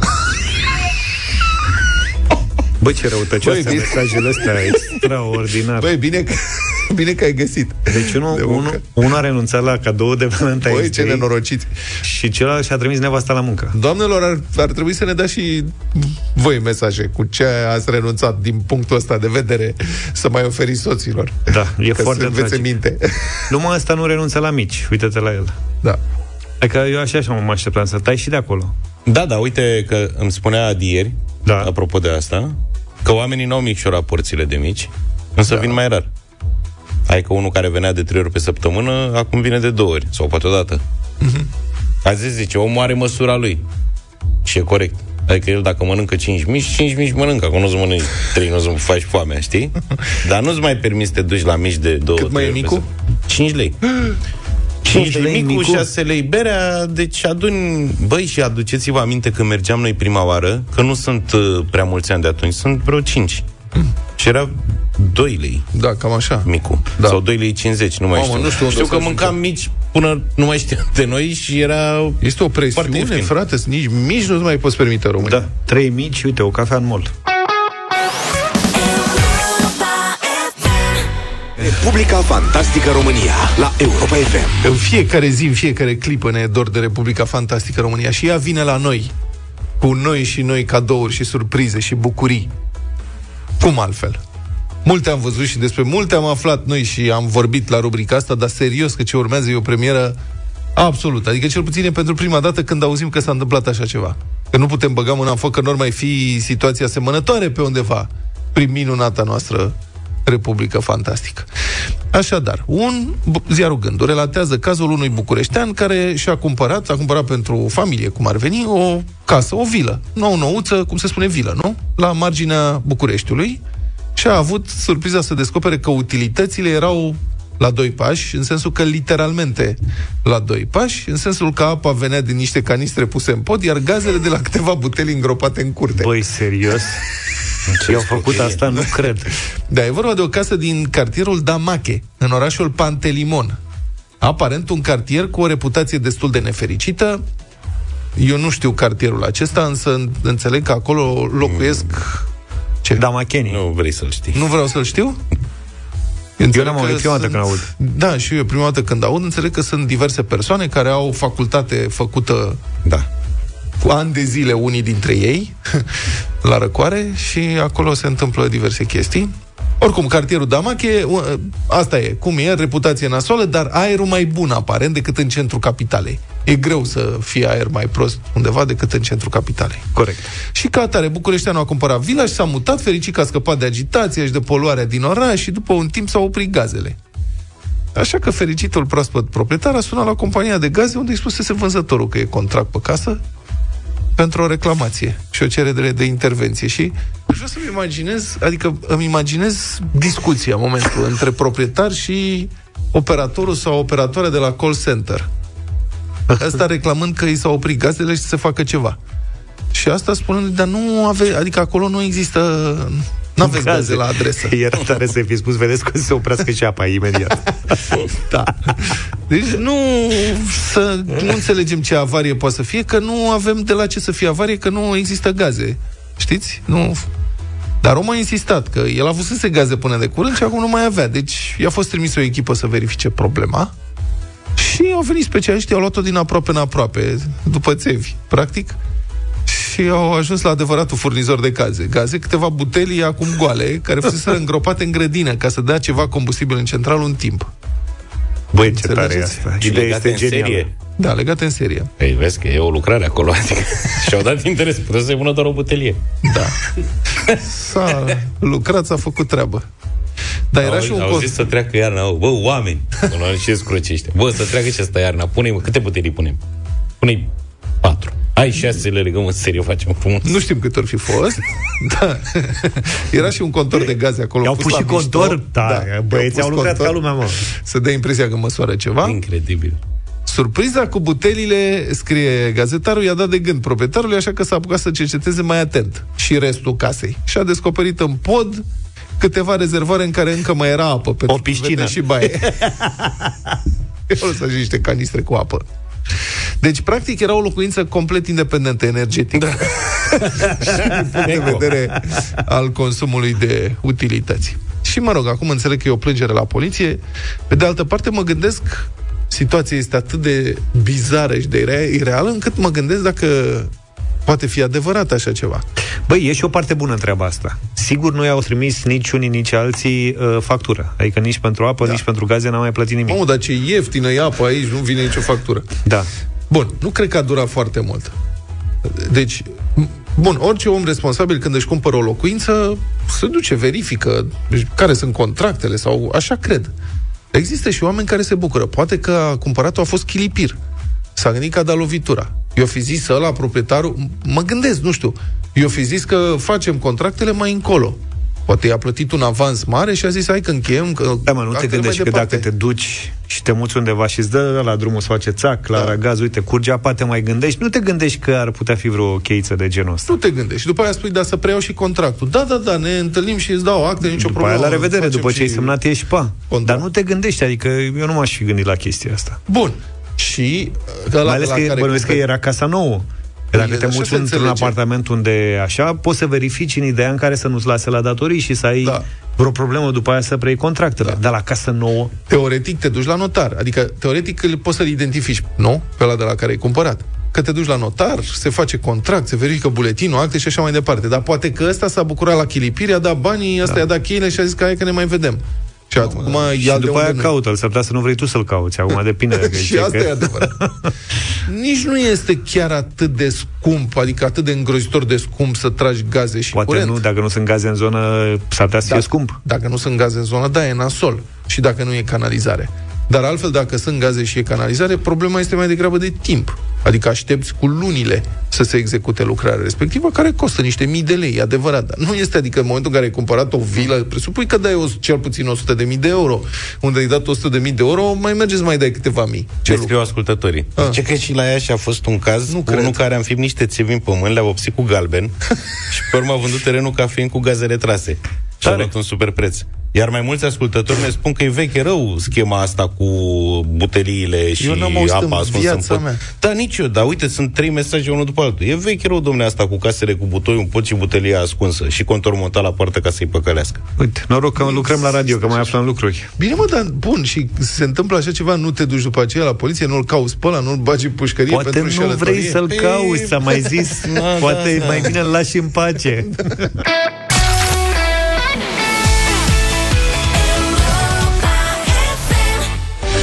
B: Bă, ce răutăcioase
D: Băi, bine.
B: mesajele astea, extraordinar.
D: Băi, bine că, bine că ai găsit.
B: deci unul,
D: de muncă.
B: unul, unul a renunțat la cadou de Valentine's
D: Băi, ce
B: Day
D: nenorociți.
B: și celălalt și-a trimis nevasta la muncă.
D: Doamnelor, ar, ar trebui să ne dați și voi mesaje cu ce ați renunțat din punctul ăsta de vedere să mai oferiți soților.
B: Da, e
D: Ca
B: foarte
D: să învețe
B: tragic.
D: minte.
B: Numai ăsta nu renunță la mici, uite-te la el.
D: Da.
B: Adică eu așa așa mă așteptam să tai și de acolo.
C: Da, da, uite că îmi spunea adieri,
B: Da.
C: da. apropo de asta, că oamenii n-au micșorat porțile de mici, însă da. vin mai rar. Adică unul care venea de trei ori pe săptămână, acum vine de două ori, sau poate o dată. A zis, zice, omul are măsura lui. Și e corect. Adică el dacă mănâncă 5 mici, 5 mici mănâncă, acum nu-ți mănânci 3, nu-ți faci foamea, știi? Dar nu-ți mai permis să te duci la mici de 2
D: Cât mai e micul?
C: 5 lei. 5
B: lei
C: lei, lei micul,
B: micul?
C: 6 lei berea, deci aduni... Băi, și aduceți-vă aminte când mergeam noi prima oară, că nu sunt uh, prea mulți ani de atunci, sunt vreo 5. Și era 2 lei
D: Da, cam așa.
C: micul.
D: Da.
C: Da. Sau 2 lei 50, nu mai
D: Mamă,
C: știu.
D: nu știu unde
C: știu
D: o să
C: că
D: ajungă.
C: mâncam mici până nu mai știam de noi și era...
D: Este o presiune,
C: Foarte ieftin.
D: frate, să nici mici nu-ți mai poți permite români.
B: Da. Trei mici, uite, o cafea în mult.
A: Republica Fantastică România la Europa FM.
D: În fiecare zi, în fiecare clipă ne e dor de Republica Fantastică România și ea vine la noi cu noi și noi cadouri și surprize și bucurii. Cum altfel? Multe am văzut și despre multe am aflat noi și am vorbit la rubrica asta, dar serios că ce urmează e o premieră absolută. Adică cel puțin e pentru prima dată când auzim că s-a întâmplat așa ceva. Că nu putem băga mâna în foc, că nu ar mai fi situații asemănătoare pe undeva prin minunata noastră Republică Fantastică. Așadar, un b- ziarul Gândul relatează cazul unui bucureștean care și-a cumpărat, a cumpărat pentru familie, cum ar veni, o casă, o vilă, nouă nouță, cum se spune vilă, nu? La marginea Bucureștiului și a avut surpriza să descopere că utilitățile erau la doi pași, în sensul că literalmente la doi pași, în sensul că apa venea din niște canistre puse în pod, iar gazele de la câteva buteli îngropate în curte.
B: Băi, serios? Eu au făcut asta? Nu cred.
D: Da, e vorba de o casă din cartierul Damache, în orașul Pantelimon. Aparent un cartier cu o reputație destul de nefericită. Eu nu știu cartierul acesta, însă în- înțeleg că acolo locuiesc... Ce?
B: Da, Macheni.
C: Nu vrei să-l știi.
D: Nu vreau să-l știu?
B: Eu
D: Înțeleg
B: n-am
D: că
B: auzit prima dată
D: sunt-
B: când aud.
D: Da, și eu prima dată când aud, înțeleg că sunt diverse persoane care au facultate făcută
C: Da.
D: cu ani de zile unii dintre ei la răcoare și acolo se întâmplă diverse chestii. Oricum, cartierul Damache, u- asta e, cum e, reputație nasoală, dar aerul mai bun aparent decât în centrul capitalei. E greu să fie aer mai prost undeva decât în centrul capitalei.
B: Corect.
D: Și ca atare, Bucureșteanul a cumpărat vila și s-a mutat, fericit că a scăpat de agitația și de poluarea din oraș și după un timp s-au oprit gazele. Așa că fericitul proaspăt proprietar a sunat la compania de gaze unde îi spusese vânzătorul că e contract pe casă pentru o reclamație și o cerere de intervenție. Și aș vrea să-mi imaginez, adică îmi imaginez discuția în momentul între proprietar și operatorul sau operatoarea de la call center. Asta reclamând că i s-au oprit gazele și să se facă ceva. Și asta spunând, dar nu ave, adică acolo nu există, nu aveți gaze la adresă.
B: Era tare să fi spus, vedeți că se oprească și apa imediat.
D: Da. Deci nu, să, nu înțelegem ce avarie poate să fie, că nu avem de la ce să fie avarie, că nu există gaze. Știți? Nu. Dar omul a insistat că el a avusese gaze până de curând și acum nu mai avea. Deci i-a fost trimis o echipă să verifice problema și au venit specialiștii, au luat-o din aproape în aproape, după țevi, practic. Și au ajuns la adevăratul furnizor de gaze. Gaze, câteva butelii acum goale, care fuseseră îngropate în grădină ca să dea ceva combustibil în central un timp.
B: Băi, ce tare e
D: Înțelegeți?
B: asta.
C: Și
B: Ideea
C: legate
B: este
C: în
B: genială.
C: serie.
D: Da, legate în serie.
C: Ei, vezi că e o lucrare acolo, adică și-au dat interes, putea să-i pună doar o butelie.
D: S-a lucrat, s-a făcut treabă. Dar era
C: au,
D: și un
C: au zis
D: cost.
C: să treacă iarna, au, bă, oameni, până și scrocește. Bă, să treacă și asta iarna, pune câte butelii punem? pune patru. Ai șase, le legăm în serie, facem frumos.
D: Nu știm cât ori fi fost. da. Era și un contor de gaze acolo.
B: I-au pus
D: la
B: și
D: mișto.
B: contor? Da, băieții
D: i-au
B: au
D: pus
B: lucrat
D: contor
B: ca lumea, mă.
D: Să dea impresia că măsoară ceva.
C: Incredibil.
D: Surpriza cu butelile, scrie gazetarul, i-a dat de gând proprietarului, așa că s-a apucat să cerceteze mai atent și restul casei. Și a descoperit în pod câteva rezervoare în care încă mai era apă. Pentru
B: piscină.
D: vede și baie. Eu lăsat și niște canistre cu apă. Deci, practic, era o locuință complet independentă energetic. Da. din punct de vedere al consumului de utilități. Și mă rog, acum înțeleg că e o plângere la poliție. Pe de altă parte, mă gândesc, situația este atât de bizară și de ire- ireală, încât mă gândesc dacă poate fi adevărat așa ceva.
B: Băi, e și o parte bună în treaba asta. Sigur nu i-au trimis nici unii, nici alții uh, factură. Adică nici pentru apă, da. nici pentru gaze n-am mai plătit nimic.
D: Mamă, dar ce ieftină e apa aici, nu vine nicio factură.
B: Da.
D: Bun, nu cred că a durat foarte mult. Deci, m- bun, orice om responsabil când își cumpără o locuință se duce, verifică deci, care sunt contractele sau așa cred. Există și oameni care se bucură. Poate că a cumpărat-o a fost chilipir. S-a gândit că a dat lovitura. Eu fi zis ăla, proprietarul, m- mă gândesc, nu știu. Eu fi zis că facem contractele mai încolo. Poate i-a plătit un avans mare și a zis, hai că încheiem. Că
B: Da, mă, nu
D: contractele
B: te gândești
D: mai
B: că dacă
D: departe."
B: te duci și te muți undeva și îți dă la drumul să face țac, la
D: Da.
B: da. gaz, uite, curge apa, te mai gândești, nu te gândești că ar putea fi vreo cheiță de genul ăsta.
D: Nu te gândești. După aia spui, da, să preiau și contractul. Da, da, da, ne întâlnim și îți dau acte, nicio
B: După aia,
D: problemă.
B: Păi, la revedere,
D: facem
B: după ce ai
D: și-
B: semnat, ești pa.
D: Contract.
B: Dar nu te gândești, adică eu nu m-aș fi gândit la chestia asta.
D: Bun. Și ăla
B: Mai ales
D: la
B: că e-
D: care
B: bănuiesc că
D: cumperi-
B: era casa nouă. Că
D: Bine,
B: dacă te
D: așa
B: muți
D: se
B: într-un
D: înțelege.
B: apartament unde e așa, poți să verifici în ideea în care să nu-ți lase la datorii și să ai
D: Da.
B: da. vreo problemă după aia să preiei contractele. Da. Dar la casă nouă,
D: Teoretic te duci la notar, adică teoretic îl poți să-l identifici, nu? Pe ăla de la care ai cumpărat. Că te duci la notar, se face contract, se verifică buletinul, acte și așa mai departe. Dar poate că ăsta s-a bucurat la chilipiri, a dat banii, ăsta da. i-a dat cheile și a zis că hai că ne mai vedem. Și acum da.
B: și după aia caută-l, s-ar putea să nu vrei tu să-l cauți. Acum depinde. că
D: Și
B: știi
D: asta
B: că-
D: e adevărat. Nici nu este chiar atât de scump, adică atât de îngrozitor de scump să tragi gaze și
B: Poate
D: curent. Da.
B: nu, dacă nu sunt gaze în zonă, s-ar putea să fie scump.
D: Dacă nu sunt gaze în zona, da, e nasol. Și dacă nu e canalizare. Dar altfel, dacă sunt gaze și e canalizare, problema este mai degrabă de timp. Adică aștepți cu lunile să se execute lucrarea respectivă, care costă niște mii de lei, e adevărat. Dar nu este, adică în momentul în care ai cumpărat o vilă, presupui că dai o, cel puțin 100 de mii de euro. Unde ai dat 100 de mii de euro, mai mergeți mai dai câteva mii.
C: Ce scriu ascultătorii.
D: Ah.
C: Zice că și la ea și a fost un caz nu cu
D: cred.
C: unul care a înfipt niște țevi în pământ, le-a vopsit cu galben și pe urmă a vândut terenul ca fiind cu gaze retrase. Și a luat un super preț. Iar mai mulți ascultători ne spun că e veche rău schema asta cu buteliile și
D: Eu n-am auzit în
C: apa ascunsă
D: viața
C: în pot.
D: mea.
C: Da, nici eu, dar uite, sunt trei mesaje unul după altul. E veche rău, domne, asta cu casele cu butoi, un pot și butelia ascunsă și contor montat la poartă ca să-i păcălească.
B: Uite, noroc că lucrăm la radio, că mai aflăm lucruri.
D: Bine, mă, dar bun, și se întâmplă așa ceva, nu te duci după aceea la poliție, nu-l cauți pe ăla, nu-l bagi în pușcărie
B: Poate
D: pentru
B: nu
D: înșelătorie. Păi,
B: vrei să-l cauți, s-a mai zis.
C: da,
B: Poate mai bine îl lași în pace.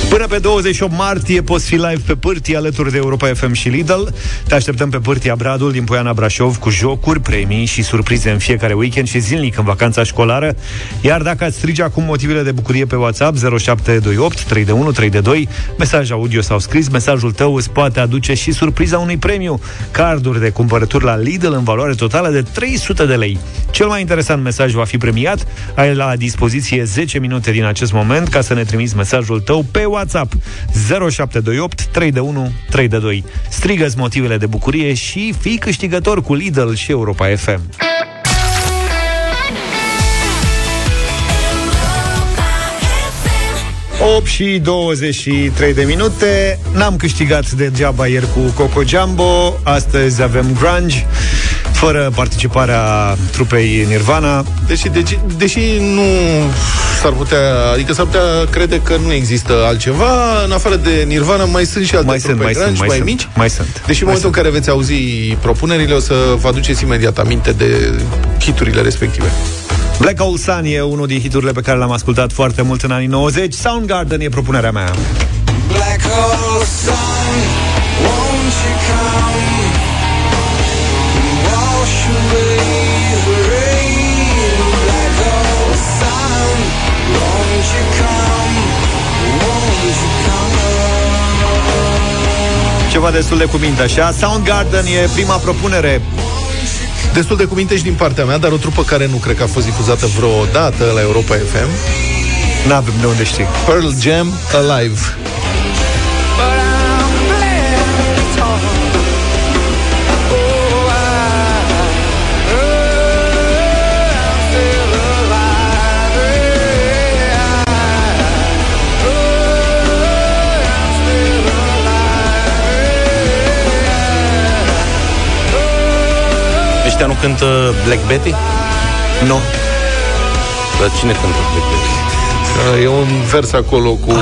B: Până pe 28 martie poți fi live pe pârtii alături de Europa FM și Lidl. Te așteptăm pe pârtia Bradul din Poiana Brașov cu jocuri, premii și surprize în fiecare weekend și zilnic în vacanța școlară. Iar dacă ați strige acum motivele de bucurie pe WhatsApp 0728 31 32, mesaj audio sau scris, mesajul tău îți poate aduce și surpriza unui premiu. Carduri de cumpărături la Lidl în valoare totală de 300 de lei. Cel mai interesant mesaj va fi premiat. Ai la dispoziție 10 minute din acest moment ca să ne trimiți mesajul tău pe WhatsApp 0728 31 32. Strigă-ți motivele de bucurie și fii câștigător cu Lidl și Europa FM. și 23 de minute N-am câștigat degeaba ieri cu Coco Jumbo Astăzi avem grunge Fără participarea trupei Nirvana
D: Deși, deși, deși nu s-ar putea, adică s-ar putea crede că nu există altceva, în afară de Nirvana mai sunt și alte
B: Mai sunt,
D: trupe
B: mai sunt,
D: grunge,
B: mai,
D: mai
B: sunt,
D: mici.
B: mai sunt
D: Deși în
B: mai
D: momentul în
B: sunt.
D: care veți auzi propunerile, o să vă aduceți imediat aminte de hiturile respective.
B: Black Hole Sun e unul din hiturile pe care l-am ascultat foarte mult în anii 90 Soundgarden e propunerea mea
F: Black hole sun, won't you come and wash away the rain? Black hole sun, won't you come? Won't you come?
B: Ceva destul de cuminte așa Soundgarden e prima propunere
D: Destul de cuminte și din partea mea, dar o trupă care nu cred că a fost difuzată vreodată la Europa FM,
B: N-avem de unde știi
D: Pearl Jam Alive.
F: But I'm left torn. Oh, I, oh, I'm still alive. Yeah, I- oh, I'm still alive.
C: Ăștia nu cântă Black Betty? Nu. No. Dar cine cântă Black Betty?
D: Eh, E un vers acolo cu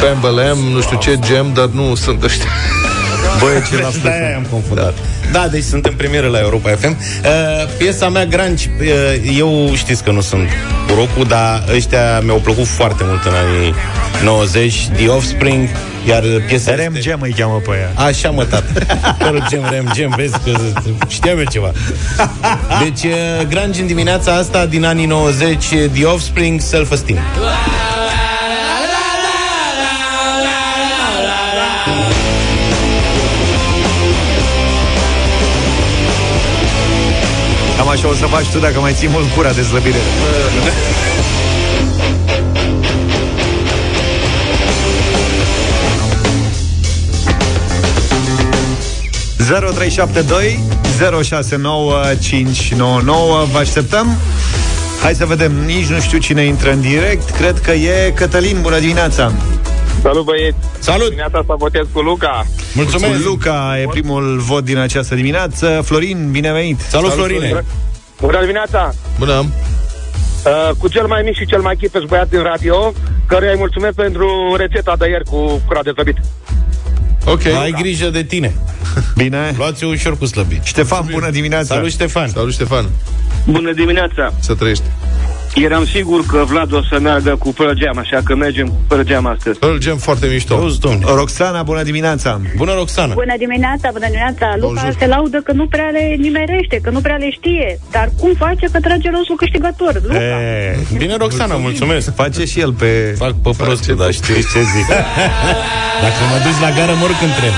D: Bam Bam, nu știu ce, Jam, dar nu sunt ăștia.
C: Băi, ce la aia am confundat. Da. da, deci sunt în premieră la Europa FM. Uh, piesa mea, Granci, uh, eu știți că nu sunt cu rock dar ăștia mi-au plăcut foarte mult în anii 90, The Offspring, iar piesa este-
B: RMG mă îi cheamă pe ea
C: Așa mă, tată. Fără gem, rem, gem, vezi că știam eu ceva. Deci, eh, Grunge în dimineața asta din anii 90, eh, The Offspring, Self-Esteem.
B: Cam așa o să faci tu dacă mai ții mult cura de slăbire ...0372-069599 Vă așteptăm Hai să vedem, nici nu știu cine intră în direct Cred că e Cătălin, bună dimineața
E: Salut băieți!
C: Salut!
E: Dimineața asta votez cu Luca.
C: Mulțumesc!
B: Luca e primul vot din această dimineață Florin, bine venit
C: Salut, Florine!
E: Bună dimineața!
D: Bună!
J: Uh, cu cel mai mic și cel mai chipeș băiat din radio, căruia îi mulțumesc pentru rețeta de ieri cu curat de slăbit.
D: Ok.
C: Ai grijă de tine.
B: Bine.
C: Luați-o ușor cu slăbit.
B: Ștefan, bună dimineața.
C: Salut, Ștefan.
D: Salut, Ștefan.
G: Bună dimineața!
D: Să trăiești.
G: Eram sigur că Vlad o să meargă cu Pearl Jam, așa că mergem cu Pearl Jam astăzi.
D: Îl gem foarte mișto.
C: Auzi, domne.
B: Roxana, bună dimineața.
C: Bună, Roxana.
K: Bună dimineața, bună dimineața. Luca
D: Bonjour.
K: se laudă că nu prea le nimerește, că nu prea le știe. Dar cum face că trage rosul câștigător? Luca.
B: E,
C: Bine, Eh, Roxana, mulțumesc.
B: face și el pe...
C: Fac pe prostul, dar știi ce zic. Dacă mă duci la gară, mor când tren.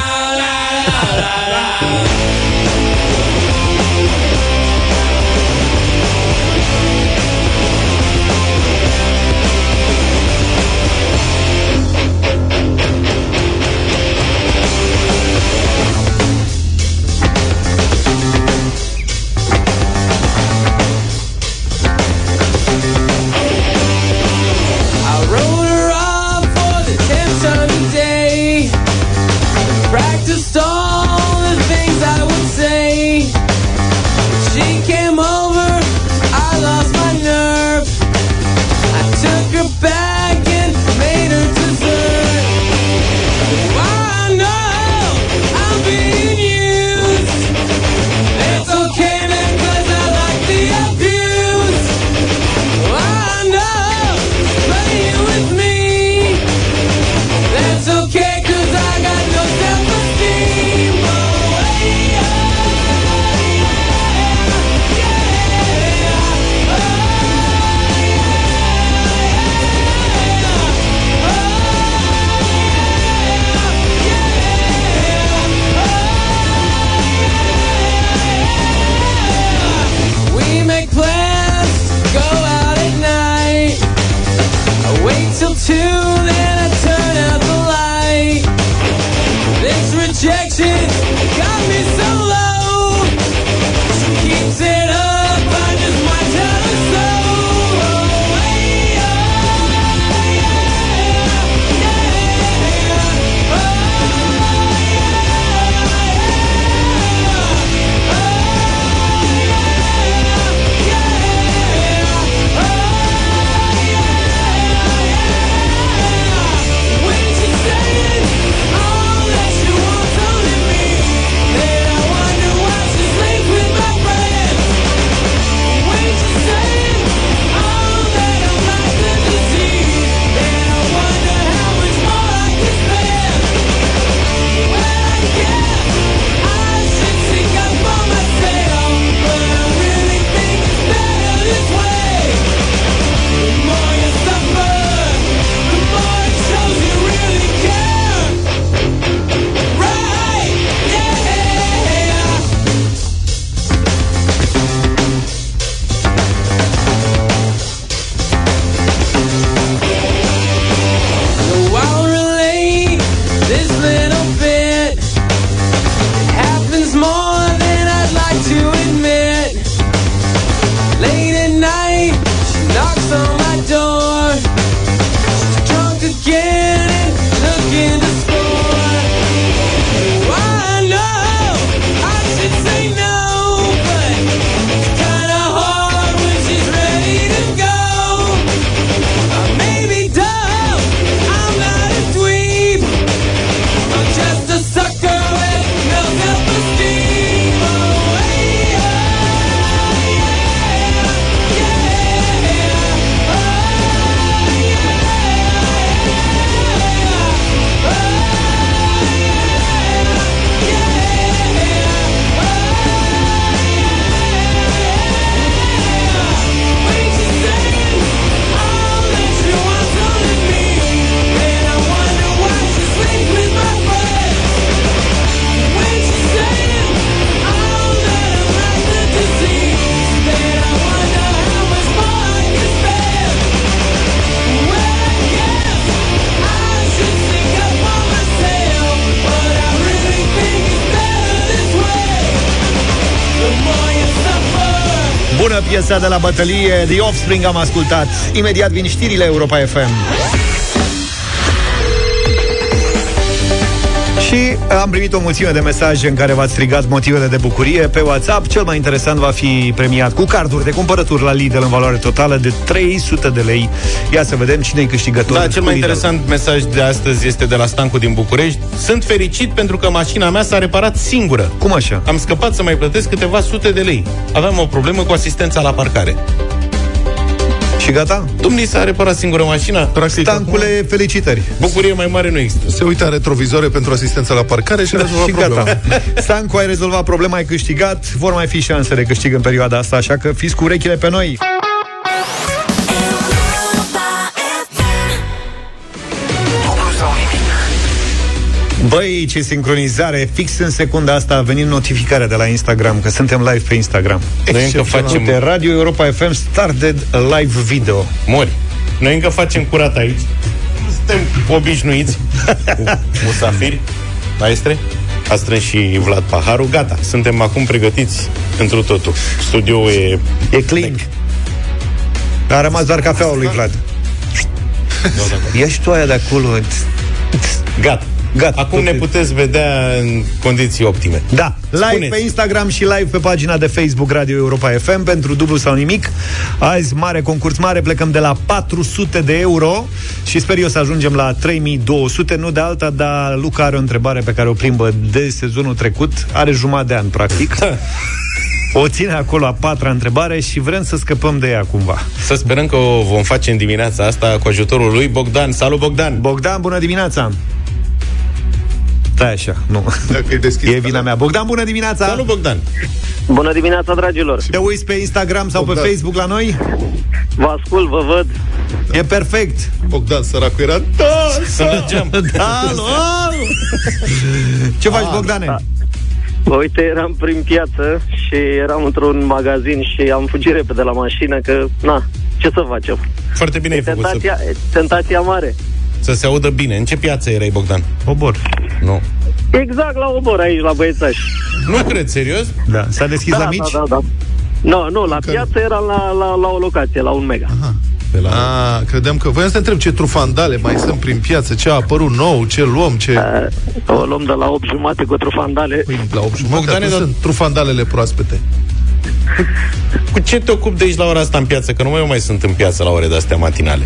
F: I wrote her off for the tenth time today. Practiced all the things I would say. She came over, I lost my nerve. I took her back and made her dessert. I know I'm being used. It's okay, man, 'cause I like the abuse. I know playing with me. That's okay, 'cause I got no self-esteem. Oh, yeah, yeah, yeah. Oh, We make plans to go out at night. I wait till two, then I turn out the light. This rejection got me so low. She keeps it up, I just watch her so. Oh, hey, oh, yeah, yeah, yeah. Oh, When she's saying all that she wants only me, then I wonder why she sleeps with my friends. When she's saying all that I'm like to deceive, then I wonder how much more I can spend. Well, I guess I should stick up for myself, but I really think it's better this way. The more you suffer, the more it shows you really care. Right? Yeah. So I'll relate this little bit. It happens more than I'd like to admit. Late at night, she knocks on my door. She's drunk again and looking to score. I know I should say no, but it's kinda hard when she's ready to go. I may be dumb, I'm not a dweeb. I'm just a sucker with no self-esteem. Oh, yeah, yeah, yeah. Oh, yeah, yeah. Oh, When she's saying all that she wants only me, then I wonder why she sleeps with my friends. When she's saying all that I'm like the disease, then I wonder how much more I can spend. Well, I guess I should stick up for myself, but I really think it's better this way. The more you suffer.
B: Bună piesa de la bătălie, The Offspring am ascultat. Imediat vin știrile Europa FM. Și am primit o mulțime de mesaje în care v-ați strigat motivele de bucurie pe WhatsApp. Cel mai interesant va fi premiat cu carduri de cumpărături la Lidl în valoare totală de 300 de lei. Ia să vedem cine e câștigătorul.
C: Da, cel
B: cu
C: mai
B: Lidl.
C: interesant mesaj de astăzi este de la Stancu din București. Sunt fericit pentru că mașina mea s-a reparat singură.
B: Cum așa?
C: Am scăpat să mai plătesc câteva sute de lei. Aveam o problemă cu asistența la parcare.
B: Și gata?
C: Domnii s-a reparat singură mașina.
D: Practic,
B: Stancule, felicitări!
C: Bucurie mai mare nu există.
D: se uită în retrovizoare pentru asistența la parcare
C: Da,
D: și rezolvă
B: și
D: problema.
B: gata. Stancu, ai rezolvat problema, ai câștigat. Vor mai fi șanse de câștig în perioada asta, așa că fiți cu urechile pe noi. Băi, ce sincronizare! Fix în secunda asta a venit notificarea de la Instagram, că suntem live pe Instagram.
C: Noi încă facem-
B: Uite, Radio Europa FM started a live video.
C: Mori. Noi încă facem curat aici. Suntem obișnuiți cu musafiri, maestre. A strâns și Vlad Paharu. Gata, suntem acum pregătiți întru totul. Studioul e...
B: E clean. A rămas doar cafeaua lui Vlad. Ia și tu aia de acolo.
C: Gata.
B: Gata.
C: Acum ne puteți vedea în condiții optime.
B: Da, live
C: Spuneți.
B: pe Instagram și live pe pagina de Facebook Radio Europa FM pentru dublu sau nimic. Azi mare concurs mare, plecăm de la 400 de euro și sper eu să ajungem la 3200, nu de alta, dar Luca are o întrebare pe care o plimbă de sezonul trecut, are jumătate de an practic. O ține acolo a patra întrebare și vrem să scăpăm de ea cumva.
C: Să sperăm că o vom face în dimineața asta cu ajutorul lui Bogdan. Salut, Bogdan!
B: Bogdan, bună dimineața! Stai așa, nu.
D: Dacă e deschis.
B: E vina mea. Bogdan, bună dimineața!
C: Salut, Bogdan!
G: Bună dimineața, dragilor!
B: Te uiți pe Instagram sau pe
D: Bogdan.
B: Facebook la noi?
G: Vă ascult, vă văd.
B: E perfect!
D: Bogdan, săracul, era... Da!
C: Să mergem!
B: Alo! Ce faci, Bogdane?
G: Ah, da. Bă, Uite, eram prin piață și eram într-un magazin și am fugit repede la mașină că, na, ce să facem?
C: Foarte bine ai făcut să,
G: Tentația, tentația mare.
C: să se audă bine. În ce piață erai, Bogdan?
B: Obor.
C: Nu.
G: Exact la obor aici, la băiețaș.
C: Nu cred, serios?
B: Da. S-a deschis la mici?
G: da, da. Nu, nu, la piață era la, la, la o locație, la un mega.
C: Pe la...
D: A, credeam că... Voiam să te întreb ce trufandale mai sunt prin piață, ce a apărut nou, ce luăm, ce...
G: Uh, o luăm de la 8 jumate cu trufandale.
D: Păi, la 8
C: Bogdane,
D: jumătate
C: dar-
D: sunt trufandalele proaspete.
C: Cu ce te ocupi de aici la ora asta în piață? Că nu mai eu mai sunt în piață la ore de astea matinale.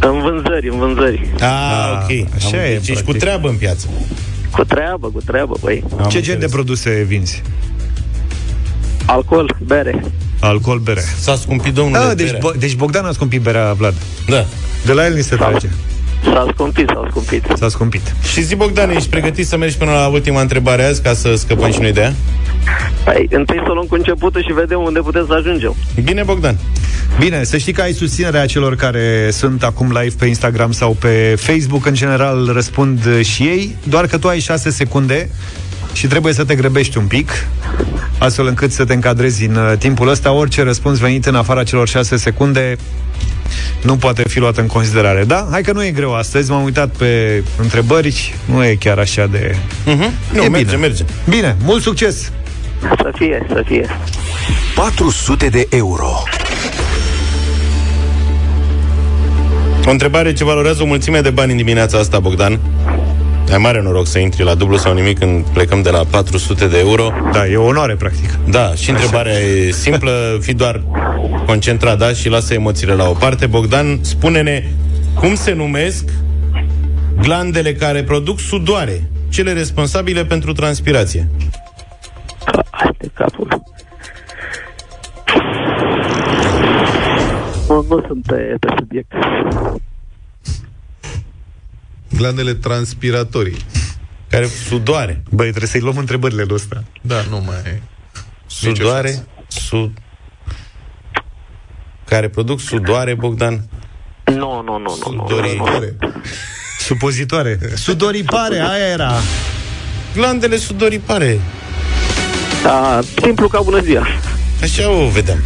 G: În vânzări, în vânzări.
C: Ah, ok.
B: Da, așa e,
C: Deci ești
B: practic.
C: cu treabă în piață.
G: Cu treabă, cu treabă, băi.
C: Am
B: Ce gen
C: înțeles.
B: de produse vinzi?
G: Alcool, bere.
B: Alcool, bere.
C: S-a scumpit domnul
B: Ah,
C: de
B: deci,
C: berea.
B: Bo- deci Bogdan a scumpit berea, Vlad.
C: Da.
B: De la el ni se trage.
G: S-a scumpit, s-a scumpit.
B: S-a scumpit.
C: Și zi, Bogdan, ești pregătit să mergi până la ultima întrebare azi ca să scăpăm și noi de ea?
G: Păi, întâi să o luăm cu începutul și vedem unde putem să ajungem.
C: Bine, Bogdan.
B: Bine, să știi că ai susținerea celor care sunt acum live pe Instagram sau pe Facebook. În general răspund uh, și ei, doar că tu ai 6 secunde și trebuie să te grăbești un pic, astfel încât să te încadrezi în uh, timpul ăsta. Orice răspuns venit în afara celor 6 secunde nu poate fi luat în considerare, da? Hai că nu e greu astăzi, m-am uitat pe întrebări, nu e chiar așa de...
C: Uh-huh. Nu,
B: E
C: merge,
B: bine.
C: merge.
B: Bine, mult succes!
G: Să fie, să fie.
A: 400 de euro.
C: O întrebare ce valorează o mulțime de bani în dimineața asta, Bogdan. Ai mare noroc să intri la dublu sau nimic când plecăm de la 400 de euro.
B: Da, e o onoare, practic.
C: Da, și întrebarea e simplă, fi doar concentrat, da, și lasă emoțiile la o parte. Bogdan, spune-ne cum se numesc glandele care produc sudoare, cele responsabile pentru transpirație.
G: Hai de capul. Nu, nu sunt pe, pe subiect.
D: Glandele transpiratorii.
C: Care sudoare,
B: Băi, trebuie să-i luăm întrebările lui ăsta.
D: Da, nu mai e.
C: sudoare, su... care produc sudoare, Bogdan.
G: Nu, nu, nu, nu. nu.
C: Sudorii.
B: Supozitoare. Sudoripare, aia era.
C: Glandele sudoripare.
G: Da, simplu ca bună ziua.
C: Așa o vedem.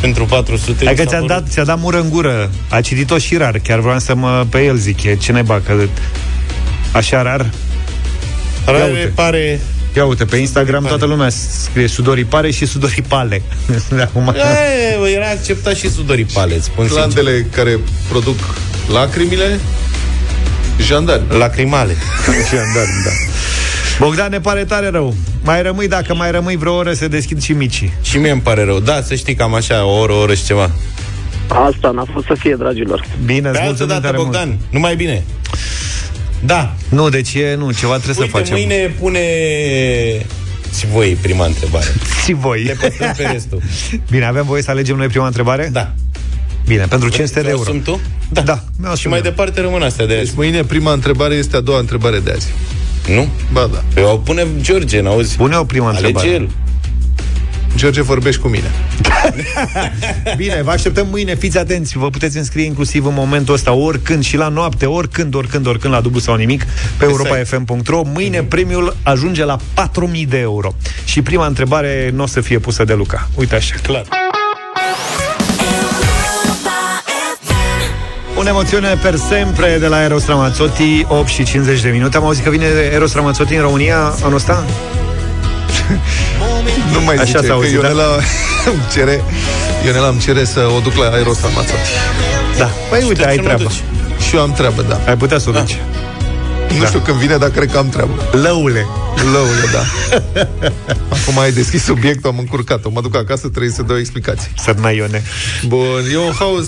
C: Pentru 400
B: Hai că
C: s-a
B: ți-a
C: părut-
B: dat, ți-a dat mură în gură. A citit-o și rar. Chiar vreau să mă pe el zic. E ce neba, că așa rar. Ia
C: Rare
B: uite.
C: pare...
B: Ia uite, pe Instagram toată lumea scrie sudoripare și sudoripale. De acum.
C: Da. E, era acceptat și sudoripale, îți spun sincer.
D: Glandele care produc lacrimile, jandarmi.
C: Lacrimale.
B: Și am dat, da. Bogdan, ne pare tare rău. Mai rămâi, dacă mai rămâi vreo oră, se deschid și micii.
C: Și mie îmi pare rău. Da, să știi, cam așa, o oră, o oră și ceva.
L: Asta n-a fost să fie, dragilor.
B: Bine,
C: Pe altă dată, Bogdan, mult. numai bine. Da.
B: Nu, deci e, nu, ceva trebuie
C: Uite,
B: să facem.
C: mâine pune... Și voi prima întrebare.
B: Și voi.
C: Le păstrăm pe restul.
B: Bine, avem voie să alegem noi prima întrebare?
C: Da.
B: Bine, pentru
C: Vrei
B: 500 de
C: să o
B: euro.
C: asumi tu?
B: Da. da mi-o
C: Și
B: asum
C: mai
B: eu.
C: departe rămân astea de
D: Deci
C: azi.
D: mâine prima întrebare este a doua întrebare de azi.
C: Nu?
D: Ba da.
C: Eu Păi o pune George, n-auzi?
B: Pune o prima
C: Alege
B: întrebare.
C: el.
D: George, vorbești cu mine.
B: Bine, vă așteptăm mâine, fiți atenți, vă puteți înscrie inclusiv în momentul ăsta, oricând și la noapte, oricând, oricând, oricând, la dublu sau nimic, pe europa.fm.ro. Mâine premiul ajunge la 4.000 de euro. Și prima întrebare nu o să fie pusă de Luca. Uite așa.
C: Clar.
B: Un emoțiune per sempre de la Eros Ramazzotti, 8 și 50 de minute. Am auzit că vine Eros Ramazzotti în România anul ăsta?
D: Nu mai
B: Așa
D: zice,
B: s-a
D: că
B: auzit, da?
D: Ionela îmi cere, Ionela îmi cere să o duc la Aeros Almațat.
B: Da. Păi
C: de
B: uite,
C: ce
B: ai
C: nu
B: treabă.
C: duci?
D: Și eu am treabă, da.
B: Ai putea să o duci. Da.
D: Nu știu când vine, dar cred că am treabă.
B: Lăule.
D: Lăule, da. Acum ai deschis subiectul, am încurcat-o. Mă duc acasă, trebuie să dau explicații.
B: Sărna Ione.
D: Bun, e un haos,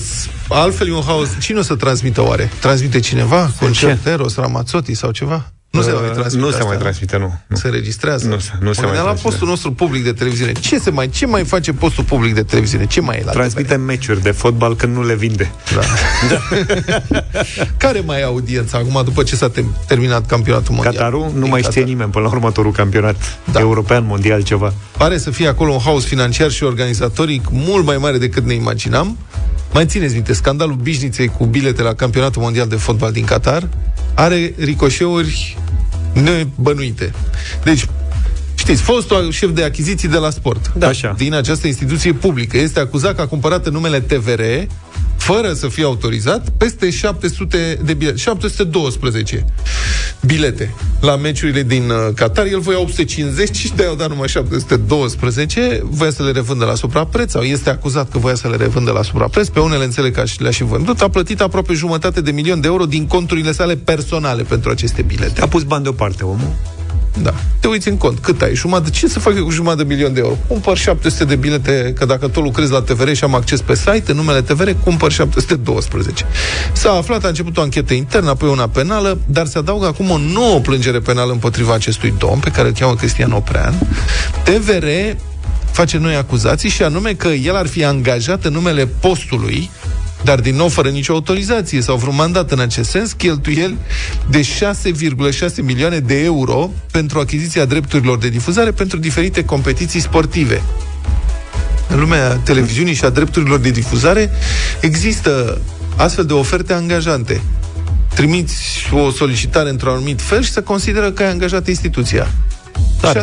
D: altfel e un haos. Cine o să transmită oare? Transmite cineva? Concert, Eros, Ramazzotti sau ceva? Nu se mai transmite
B: Uh, Nu se
D: astea,
B: mai
D: da?
B: transmite, nu. nu.
D: se registrează.
B: Nu se- nu se
D: Mă
B: mai
D: gândeam la
B: transmite.
D: postul nostru public de televiziune. Ce se mai, ce mai face postul public de televiziune? Ce mai e la
B: Transmite meciuri de fotbal când nu le vinde. Da.
D: Da. Care mai e audiența acum după ce s-a tem- terminat campionatul mondial?
B: Qatarul nu
D: Din
B: mai știe
D: Qatar.
B: nimeni până la următorul campionat
D: Da.
B: european, mondial, ceva.
D: Pare să fie acolo un haos financiar și organizatoric mult mai mare decât ne imaginam. Mai țineți minte, scandalul bișniței cu bilete la campionatul mondial de fotbal din Qatar are ricoșeuri nebănuite. Deci, știți, fostul șef de achiziții de la sport
B: Da. Așa.
D: din această instituție publică este acuzat că a cumpărat în numele TVR fără să fie autorizat, peste 700 de bilete, 712 bilete la meciurile din uh, Qatar. El voia 850 și de-aia au dat numai 712. Voia să le revândă la suprapreț sau este acuzat că voia să le revândă la suprapreț. Pe unele înțeleg că și- le-a și vândut. A plătit aproape jumătate de milion de euro din conturile sale personale pentru aceste bilete.
B: A pus bani deoparte omul.
D: Da. Te uiți în cont. Cât ai? Jumătate? Ce să fac eu cu jumătate de milion de euro? Cumpăr 700 de bilete, că dacă tot lucrez la TVR și am acces pe site, în numele TVR, cumpăr 712. S-a aflat, a început o anchetă internă, apoi una penală, dar se adaugă acum o nouă plângere penală împotriva acestui domn, pe care îl cheamă Cristian Oprean. TVR face noi acuzații și anume că el ar fi angajat în numele postului dar din nou fără nicio autorizație sau vreun mandat în acest sens, cheltuieli de 6,6 milioane de euro pentru achiziția drepturilor de difuzare pentru diferite competiții sportive. În lumea televiziunii și a drepturilor de difuzare există astfel de oferte angajante. Trimiți o solicitare într-un anumit fel și se consideră că ai angajat instituția. 6,6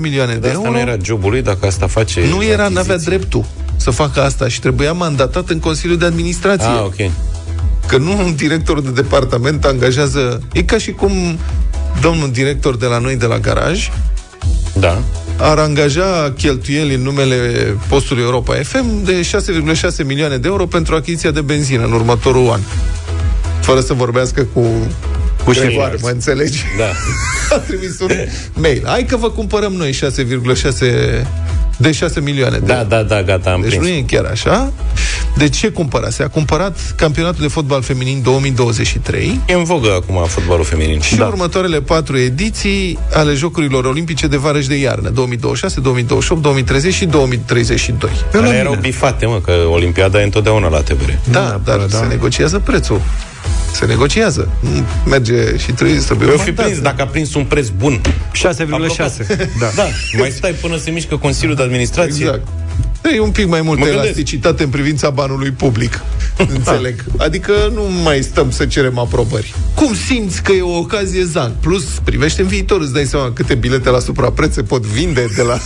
D: milioane de
C: Dar asta
D: euro.
C: nu era jobul lui, dacă asta face...
D: Nu era,
C: achiziții.
D: n-avea dreptul să facă asta și trebuia mandatat în Consiliul de Administrație.
C: Ah, ok.
D: Că nu un director de departament angajează... E ca și cum domnul director de la noi, de la garaj,
C: Da.
D: ar angaja cheltuieli în numele postului Europa FM de 6,6 milioane de euro pentru achiziția de benzină în următorul an. Fără să vorbească cu... Cu șefoare, mă înțelegi?
C: Da.
D: a trimis un mail. Hai că vă cumpărăm noi 6,6 de 6 milioane. de
C: Da, da, da, gata, am
D: deci
C: prins.
D: nu e chiar așa. De ce cumpărase? A cumpărat campionatul de fotbal feminin 2023
C: E în vogă acum fotbalul feminin.
D: și da. următoarele patru ediții ale Jocurilor Olimpice de vară și de iarnă, 2026, 2028, 2030 și 2032.
C: Alea erau bifate, mă, că Olimpiada e întotdeauna la TVR.
D: Da, dar da. se negociază prețul. Se negociază. M- Merge și trebuie să trebuie.
C: Eu fi
D: mandat.
C: prins, dacă a prins un preț bun.
B: 6,6.
C: Da. da. Mai stai până se mișcă Consiliul de Administrație.
D: Exact. E un pic mai multă
C: Mă gândesc.
D: elasticitate în privința banului public. Înțeleg. Adică nu mai stăm să cerem aprobări. Cum simți că e o ocazie zan? Plus, privește în viitor, îți dai seama câte bilete la suprapreț se pot vinde de la...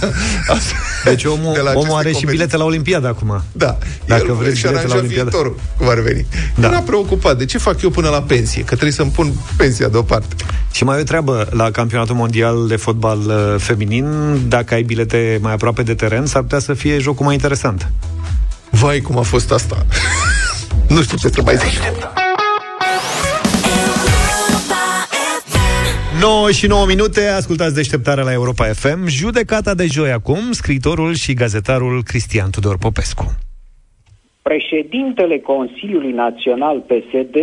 B: Deci omul,
D: de la aceste
B: omul are și
D: competiții.
B: bilete la Olimpiada acum.
D: Da.
B: Dacă
D: El
B: vreți
D: își
B: bilete la
D: aranja
B: Olimpiadă.
D: viitorul, cum ar veni.
B: Da.
D: Da. Era preocupat. De ce fac eu până la pensie? Că trebuie să-mi pun pensia deoparte.
B: Și mai e o treabă, la campionatul mondial de fotbal uh, feminin, dacă ai bilete mai aproape de teren, s-ar putea să fie jocul mai interesant.
D: Vai, cum a fost asta. nu știu ce să mai zic.
B: 9 și 9 minute, ascultați deșteptarea la Europa FM. Judecata de joi acum, scriitorul și gazetarul Cristian Tudor Popescu.
M: Președintele Consiliului Național PSD,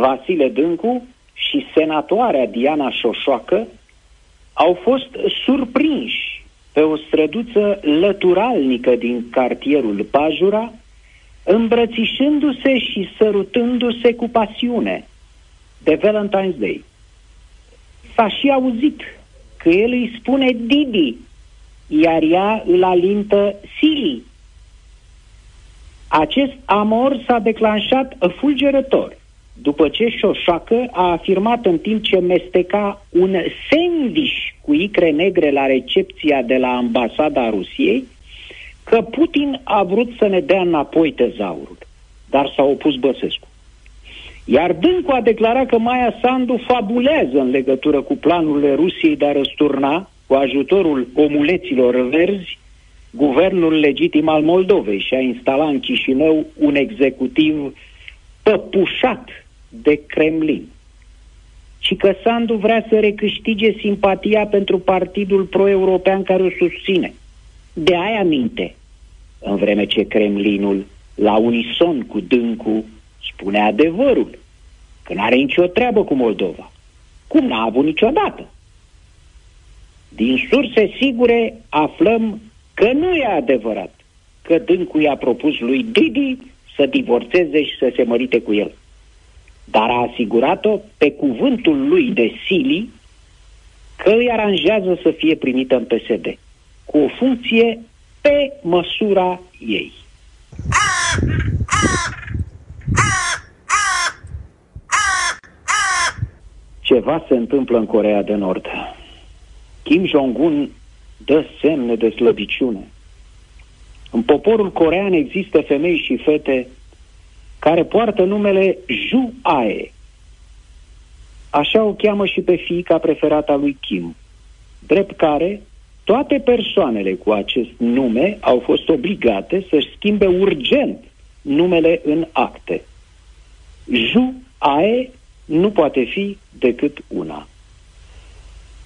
M: Vasile Dâncu, și senatoarea Diana Șoșoacă au fost surprinși pe o străduță lăturalnică din cartierul Pajura, îmbrățișându-se și sărutându-se cu pasiune de Valentine's Day. S-a și auzit că el îi spune Didi, iar ea îl alintă Sili. Acest amor s-a declanșat fulgerător după ce Șoșoacă a afirmat în timp ce mesteca un sandwich cu icre negre la recepția de la ambasada Rusiei, că Putin a vrut să ne dea înapoi tezaurul, dar s-a opus Băsescu. Iar Dâncu a declarat că Maia Sandu fabulează în legătură cu planurile Rusiei de a răsturna, cu ajutorul omuleților verzi, guvernul legitim al Moldovei și a instala în Chișinău un executiv păpușat de Kremlin. Și că Sandu vrea să recâștige simpatia pentru partidul pro-european care o susține. De aia minte, în vreme ce Kremlinul, la unison cu Dâncu, spune adevărul, că n-are nicio treabă cu Moldova, cum n-a avut niciodată. Din surse sigure aflăm că nu e adevărat că Dâncu i-a propus lui Didi să divorțeze și să se mărite cu el. Dar a asigurat-o pe cuvântul lui de Sili că îi aranjează să fie primită în PSD, cu o funcție pe măsura ei. Ceva se întâmplă în Corea de Nord. Kim Jong-un dă semne de slăbiciune. În poporul corean există femei și fete care poartă numele Ju Ae. Așa o cheamă și pe fiica preferată a lui Kim, drept care toate persoanele cu acest nume au fost obligate să-și schimbe urgent numele în acte. Ju Ae nu poate fi decât una.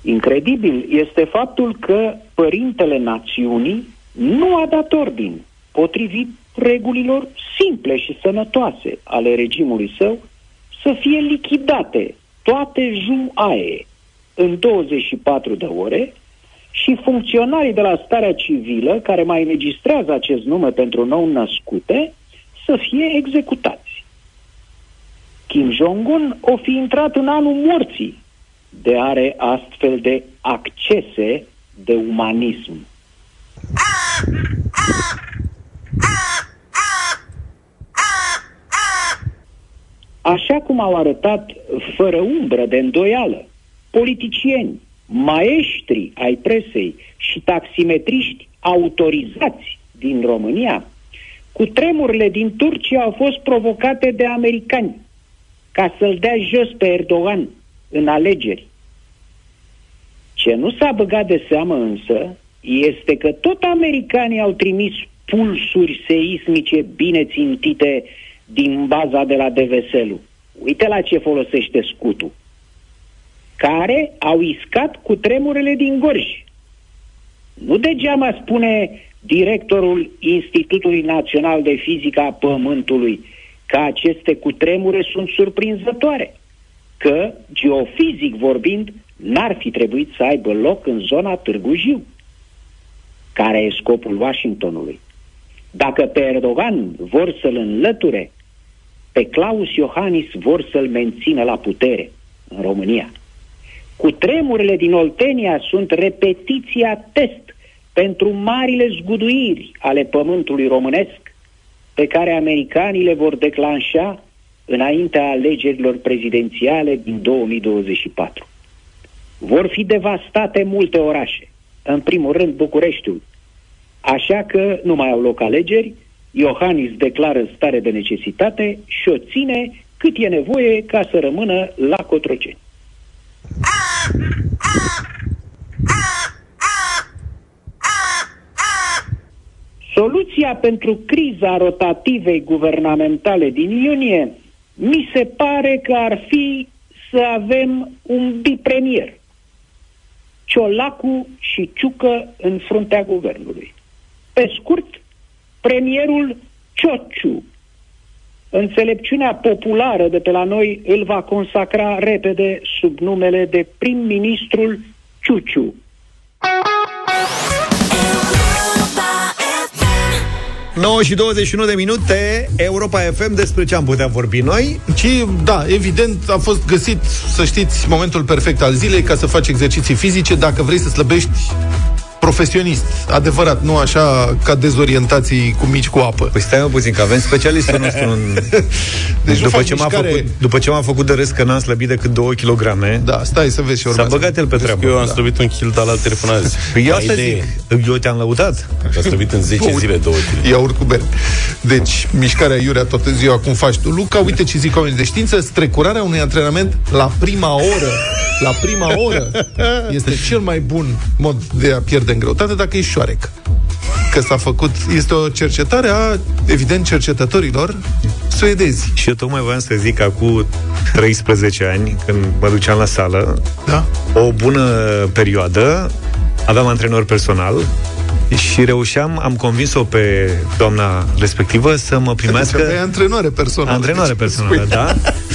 M: Incredibil este faptul că părintele națiunii nu a dat ordin, potrivit regulilor simple și sănătoase ale regimului său, să fie lichidate toate juae în 24 de ore și funcționarii de la starea civilă care mai înregistrează acest nume pentru nou-născute să fie executați. Kim Jong-un o fi intrat în anul morții de are astfel de accese de umanism. Așa cum au arătat fără umbră de îndoială politicieni, maestri ai presei și taximetriști autorizați din România, cu tremurile din Turcia au fost provocate de americani ca să-l dea jos pe Erdogan în alegeri. Ce nu s-a băgat de seamă însă este că tot americanii au trimis pulsuri seismice bine țintite din baza de la Deveselu. Uite la ce folosește scutul. Care au iscat cu tremurile din Gorj. Nu degeaba spune directorul Institutului Național de Fizică a Pământului că aceste cutremure sunt surprinzătoare, că, geofizic vorbind, n-ar fi trebuit să aibă loc în zona Târgu Jiu care e scopul Washingtonului. Dacă pe Erdogan vor să-l înlăture, pe Claus Iohannis vor să-l mențină la putere în România. Cu tremurile din Oltenia sunt repetiția test pentru marile zguduiri ale pământului românesc pe care americanii le vor declanșa înaintea alegerilor prezidențiale din 2024. Vor fi devastate multe orașe, în primul rând Bucureștiul. Așa că nu mai au loc alegeri, Iohannis declară stare de necesitate și o ține cât e nevoie ca să rămână la Cotroceni. Soluția pentru criza rotativei guvernamentale din iunie mi se pare că ar fi să avem un bipremier. Ciolacu și Ciucă în fruntea guvernului. Pe scurt, premierul Ciociu. Înțelepciunea populară de pe la noi îl va consacra repede sub numele de prim-ministrul Ciuciu.
B: Europa FM. 9 și 21 de minute Europa FM despre ce am putea vorbi noi
D: Și da, evident a fost găsit Să știți momentul perfect al zilei Ca să faci exerciții fizice Dacă vrei să slăbești profesionist Adevărat, nu așa ca dezorientații Cu mici cu apă
B: Păi stai mă puțin că avem specialistul nostru în...
D: Deci
B: deci
D: nu
B: după,
D: faci
B: ce m-a
D: mișcare.
B: făcut, după ce m-a făcut de râs că n-am slăbit decât 2 kg
D: Da, stai să vezi ce
B: S-a
D: urmează
B: băgat el pe
C: Vezi
B: treabă
C: că eu am
B: da.
C: slăbit un kilt al alter până azi.
B: Păi eu
C: Ca
B: asta
C: idee.
B: zic, eu te-am lăudat
C: Că a slăbit în 10
D: Bun.
C: zile două kg.
D: Iaurt cu bere. Deci, mișcarea iurea toată ziua, cum faci tu, Luca, uite ce zic oamenii de știință, strecurarea unui antrenament la prima oră, la prima oră, este cel mai bun mod de a pierde în greutate dacă ești șoarec. Că s-a făcut, este o cercetare a, evident, cercetătorilor suedezi.
B: Și eu tocmai voiam să zic că acum 13 ani, când mă duceam la sală,
D: Da?
B: o bună perioadă, aveam antrenor personal și reușeam, am convins-o pe doamna respectivă să mă
D: Deci aveai
B: primească
D: antrenoare personală.
B: antrenoare
D: deci,
B: personală,
D: spui.
B: da?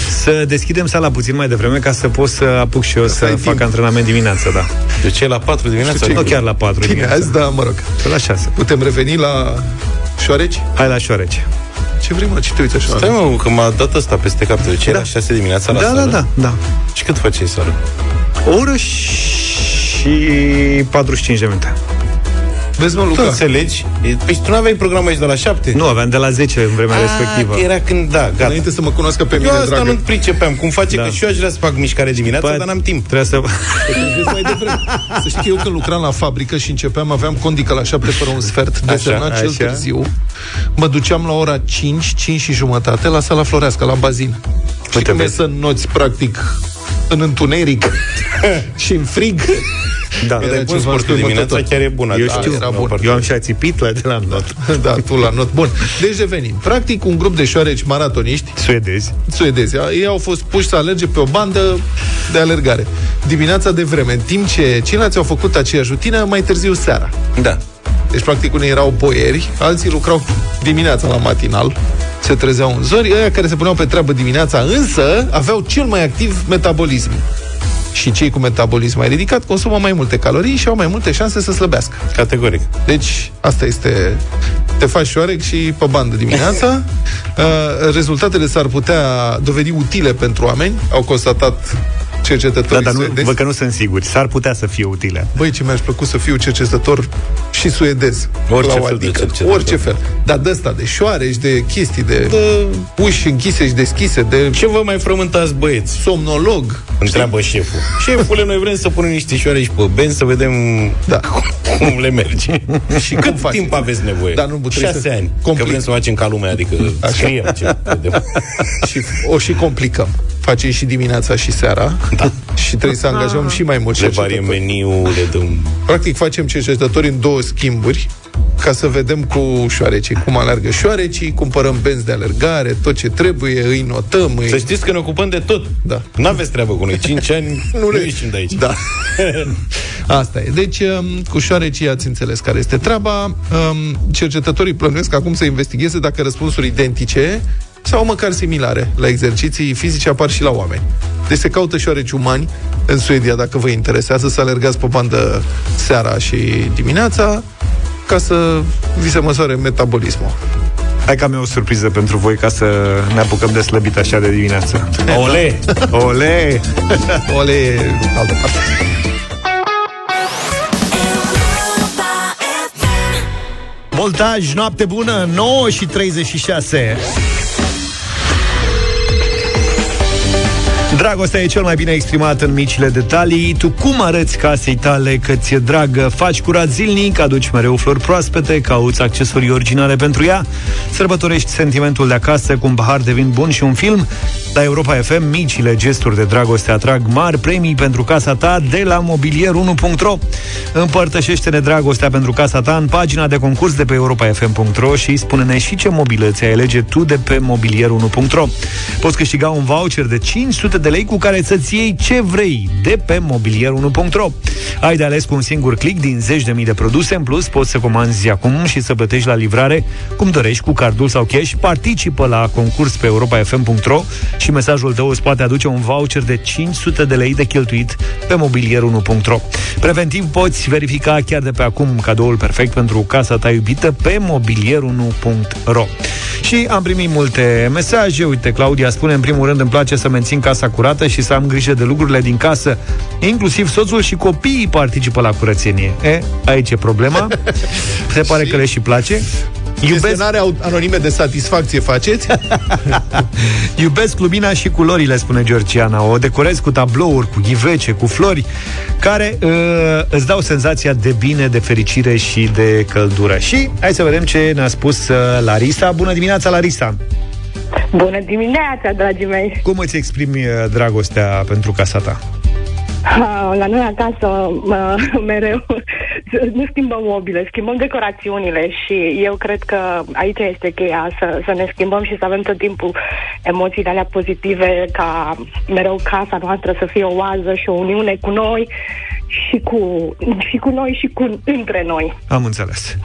B: Să deschidem sala puțin mai devreme ca să pot să apuc și eu să,
D: ai
B: fac
D: timp.
B: antrenament dimineața, da.
C: Deci e la 4 dimineața.
B: Nu chiar la 4
D: Bine,
B: dimineața,
D: azi, da, mă rog.
B: pe la 6.
D: Putem reveni la șoareci?
B: Hai la șoarece.
D: Ce vrei, mă? Ce te uiți așa?
C: Stai mă, că m-a dat asta peste cap. Deci era 6 dimineața la
B: Da, da,
C: sală?
B: da, da.
C: Și cât făceai sală?
B: O oră și 45 de minute.
D: Vezi, mă,
C: Tu
D: Luca?
C: înțelegi? E- Păi și tu nu aveai program aici de la 7?
B: Nu, aveam de la 10 în vremea respectivă.
C: că Era când, da, gata.
D: Înainte să mă cunoască pe
C: Eu
D: mine,
C: asta
D: dragă.
C: nu pricepeam. Cum face
B: Da. Păi,
C: că și eu aș vrea să fac mișcare dimineața, dar n-am timp. Păi,
B: Trebuie să...
D: Vezi mai devreme. Să știi că eu când lucram la fabrică și începeam, aveam condică la 7 fără un sfert, desenat cel
B: așa.
D: târziu, mă duceam la ora 5, 5 și jumătate la sala Florească, la bazin. Și
B: Uite,
D: cum e
B: vezi.
D: să noți, practic, în întuneric și în frig?
B: Da.
D: Era
C: Dar e bun
D: ceva
C: sportul dimineața,
D: înspăimântător.
C: chiar e bună.
B: Eu
C: da,
B: știu,
C: era
D: era
C: bun.
D: bun.
B: Eu am și ațipit la de la not.
D: Da, tu la not. Bun. Deci revenim. Practic, un grup de șoareci maratoniști
B: Suedezi.
D: suedezi. Ei au fost puși să alerge pe o bandă de alergare. Dimineața de vreme, în timp ce ceilalți au făcut aceeași rutină mai târziu seara.
C: Da.
D: Deci, practic, unii erau boieri, alții lucrau dimineața la matinal, se trezeau în zori. Ăia care se puneau pe treabă dimineața, însă, aveau cel mai activ metabolism. Și cei cu metabolism mai ridicat consumă mai multe calorii și au mai multe șanse să slăbească.
C: Categoric.
D: Deci, asta este... Te faci șoarec și pe bandă dimineața. Uh, Rezultatele s-ar putea dovedi utile pentru oameni, au constatat
B: Da,
D: cercetătorii
B: dar nu,
D: suedezi.
B: văd că nu sunt siguri. S-ar putea să fie utile.
D: Băi, ce mi-aș plăcut să fiu cercetător și suedez.
C: Orice
D: la o
C: fel de
D: adică,
C: cercetător. Da.
D: Orice fel. Dar de asta, de șoareci, de chestii, de, de... uși închise și deschise, de
C: Ce vă mai frământați, băieți?
D: somnolog.
C: Întreabă șeful. Șefule, noi vrem să punem niște șoareci pe benzi să vedem
D: Da.
C: cum le merge. Și cât
D: cum faci?
C: timp aveți nevoie?
D: Dar nu puteți
C: Șase
D: să-
C: ani.
D: Complic.
C: Că vrem să facem ca lumea, adică scriem ce vedem.
D: și o și complicăm. Facem și dimineața și seara. Da. Și trebuie să angajăm
B: Ah.
D: și mai mult
C: Le variem
D: cercetători.
C: meniul, le dăm...
D: Practic facem cercetători în două schimburi ca să vedem cu șoarecii cum alergă șoarecii, cumpărăm benzi de alergare, tot ce trebuie, îi notăm, îi...
C: Să știți că ne ocupăm de tot.
D: Da.
C: N-aveți treabă cu noi. Cinci ani nu,
D: le-
C: ieșim de aici.
D: Da. Asta e. Deci, um, cu șoarecii ați înțeles care este treaba. Um, Cercetătorii plănuiesc acum să investigheze dacă răspunsuri identice sau măcar similare la exerciții fizice apar și la oameni. Deci se caută șoareci umani în Suedia, dacă vă interesează, să alergați pe bandă seara și dimineața ca să vi se măsoare metabolismul.
B: Hai că am eu o surpriză pentru voi ca să ne apucăm de slăbit așa de dimineață.
C: Ole!
B: Ole!
D: da. Ole, altă parte.
B: Voltaj, noapte bună, 9 și 36. Dragostea e cel mai bine exprimat în micile detalii. Tu cum arăți casei tale că ți-e dragă? Faci curat zilnic, aduci mereu flori proaspete, cauți accesorii originale pentru ea, sărbătorești sentimentul de acasă cu un pahar de vin bun și un film. La Europa FM, micile gesturi de dragoste atrag mari premii pentru casa ta de la mobilier1.ro. Împărtășește-ne dragostea pentru casa ta în pagina de concurs de pe europafm.ro și spune-ne și ce mobilă ți-ai alege tu de pe mobilier1.ro. Poți câștiga un voucher de 500 de lei lei cu care să-ți iei ce vrei de pe mobilier1.ro. Ai de ales cu un singur click din zeci de mii de produse. În plus, poți să comanzi acum și să plătești la livrare cum dorești, cu cardul sau cash. Participă la concurs pe europa.fm.ro și mesajul tău îți poate aduce un voucher de 500 de lei de cheltuit pe mobilier1.ro. Preventiv poți verifica chiar de pe acum cadoul perfect pentru casa ta iubită pe mobilier1.ro. Și am primit multe mesaje. Uite, Claudia spune, în primul rând, îmi place să mențin casa curată și să am grijă de lucrurile din casă. Inclusiv soțul și copiii participă la curățenie. E, aici e problema. Se pare că le și place.
D: Iubesc... anonime de satisfacție faceți?
B: Iubesc lumina și culorile, spune Georgiana. O decorez cu tablouri, cu ghivece, cu flori, care uh, îți dau senzația de bine, de fericire și de căldură. Și hai să vedem ce ne-a spus uh, Larisa. Bună dimineața, Larisa!
N: Bună dimineața, dragii mei!
B: Cum îți exprimi uh, dragostea pentru casa ta?
N: Ah, La noi acasă mă, mereu nu schimbăm mobile, schimbăm decorațiunile și eu cred că aici este cheia să, să ne schimbăm și să avem tot timpul emoțiile alea pozitive ca mereu casa noastră să fie o oază și o uniune cu noi și cu, și cu noi și cu între noi.
B: Am înțeles.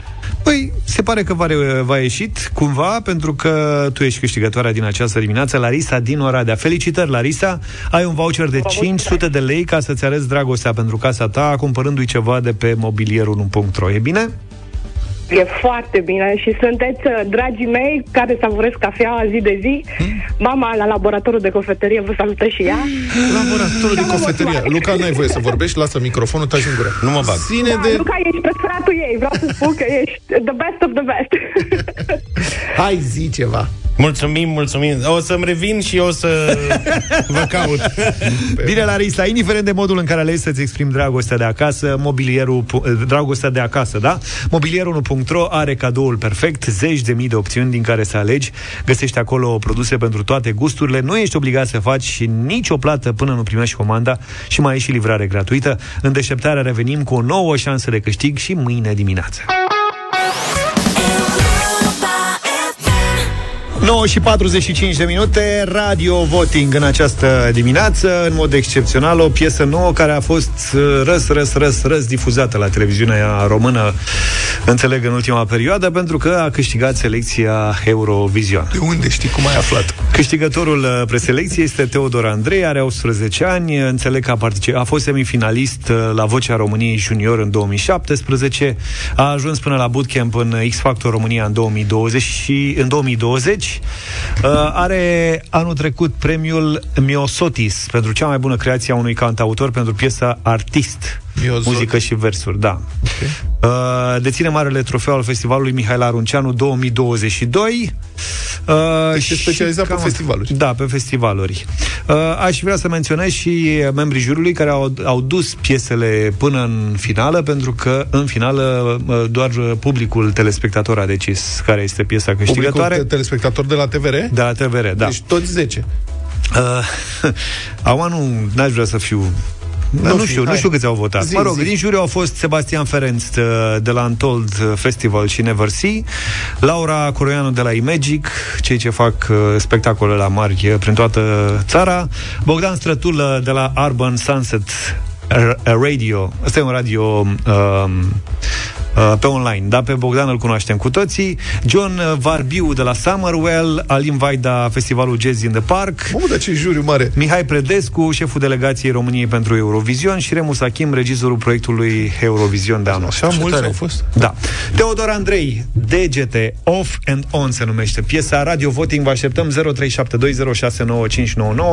B: Păi, se pare că va, re- va ieșit cumva, pentru că tu ești câștigătoarea din această dimineață, Larisa din Oradea. Felicitări, Larisa! Ai un voucher de 500 de lei ca să-ți arăți dragostea pentru casa ta, cumpărându-i ceva de pe mobilierul.ro. E bine?
N: E foarte bine și sunteți, dragii mei, care savuresc cafeaua zi de zi. Mama la laboratorul de cofetărie vă salută și ea.
D: Laboratorul de cofetărie. Luca, n-ai voie să vorbești, lasă microfonul, taci în gură. Nu mă bag. Ține
N: Da,
D: de...
N: Luca, ești preferatul ei. Vreau să spun că ești the best of the best.
D: Hai, zi ceva.
C: Mulțumim, mulțumim. O să-mi revin și eu o să vă caut.
B: Bine, Larisa, indiferent de modul în care alegi să-ți exprimi dragostea de acasă, mobilierul, pu- dragostea de acasă, da? Mobilierul.ro are cadoul perfect, zeci de mii de opțiuni din care să alegi. Găsești acolo produse pentru toate gusturile. Nu ești obligat să faci și nicio plată până nu primești comanda și mai e și livrare gratuită. În deșteptarea revenim cu o nouă șansă de câștig și mâine dimineață. 9 și 45 de minute, Radio Voting în această dimineață, în mod excepțional, o piesă nouă care a fost uh, răs, răs, răs, răs difuzată la televiziunea română, înțeleg, în ultima perioadă, pentru că a câștigat selecția Eurovision.
D: De unde știi cum ai aflat?
B: Câștigătorul uh, preselecției este Teodor Andrei, are 18 ani, uh, înțeleg că a, particip- a fost semifinalist uh, la Vocea României Junior în 2017, a ajuns până la bootcamp în uh, X Factor România în 2020 și în 2020 uh, are anul trecut premiul Miosotis pentru cea mai bună creație a unui cantautor pentru piesa Artist.
D: Miosotis.
B: Muzică și versuri, da. Okay. Uh, deține marele trofeu al festivalului Mihail Arunceanu 2022. Uh,
D: Deci e specializat
B: și cam
D: pe festivaluri.
B: da, pe festivaluri. Uh, aș vrea să menționez și membrii jurului care au, au dus piesele până în finală, pentru că în finală uh, doar uh, publicul telespectator a decis care este piesa
D: Publicul
B: câștigătoare.
D: te- telespectator de la TVR?
B: De la TVR, da.
D: Deci toți 10.
B: Uh, Acum nu, n-aș vrea să fiu nu,
D: Nu
B: nu
D: fi,
B: știu, nu
D: hai.
B: știu câți au votat.
D: Zi,
B: mă rog,
D: zi.
B: din juriu au fost Sebastian Ferenc uh, de la Untold Festival și Never See, Laura Coroianu de la Imagic, cei ce fac uh, spectacole la mari uh, prin toată țara, Bogdan Strătulă de la Urban Sunset R- Radio. Asta e un radio um, uh, pe online, da? Pe Bogdan îl cunoaștem cu toții. John Varbiu de la Summerwell, Alin Vaida, Festivalul Jazz in the Park.
D: Mamă, dar ce juriu mare!
B: Mihai Predescu, șeful delegației României pentru Eurovision și Remus Achim, regizorul proiectului Eurovision de anul ăsta.
D: Așa mulți au fost?
B: Da. Teodor Andrei, DGT, Off and On se numește piesa. Radio Voting vă așteptăm 0372069599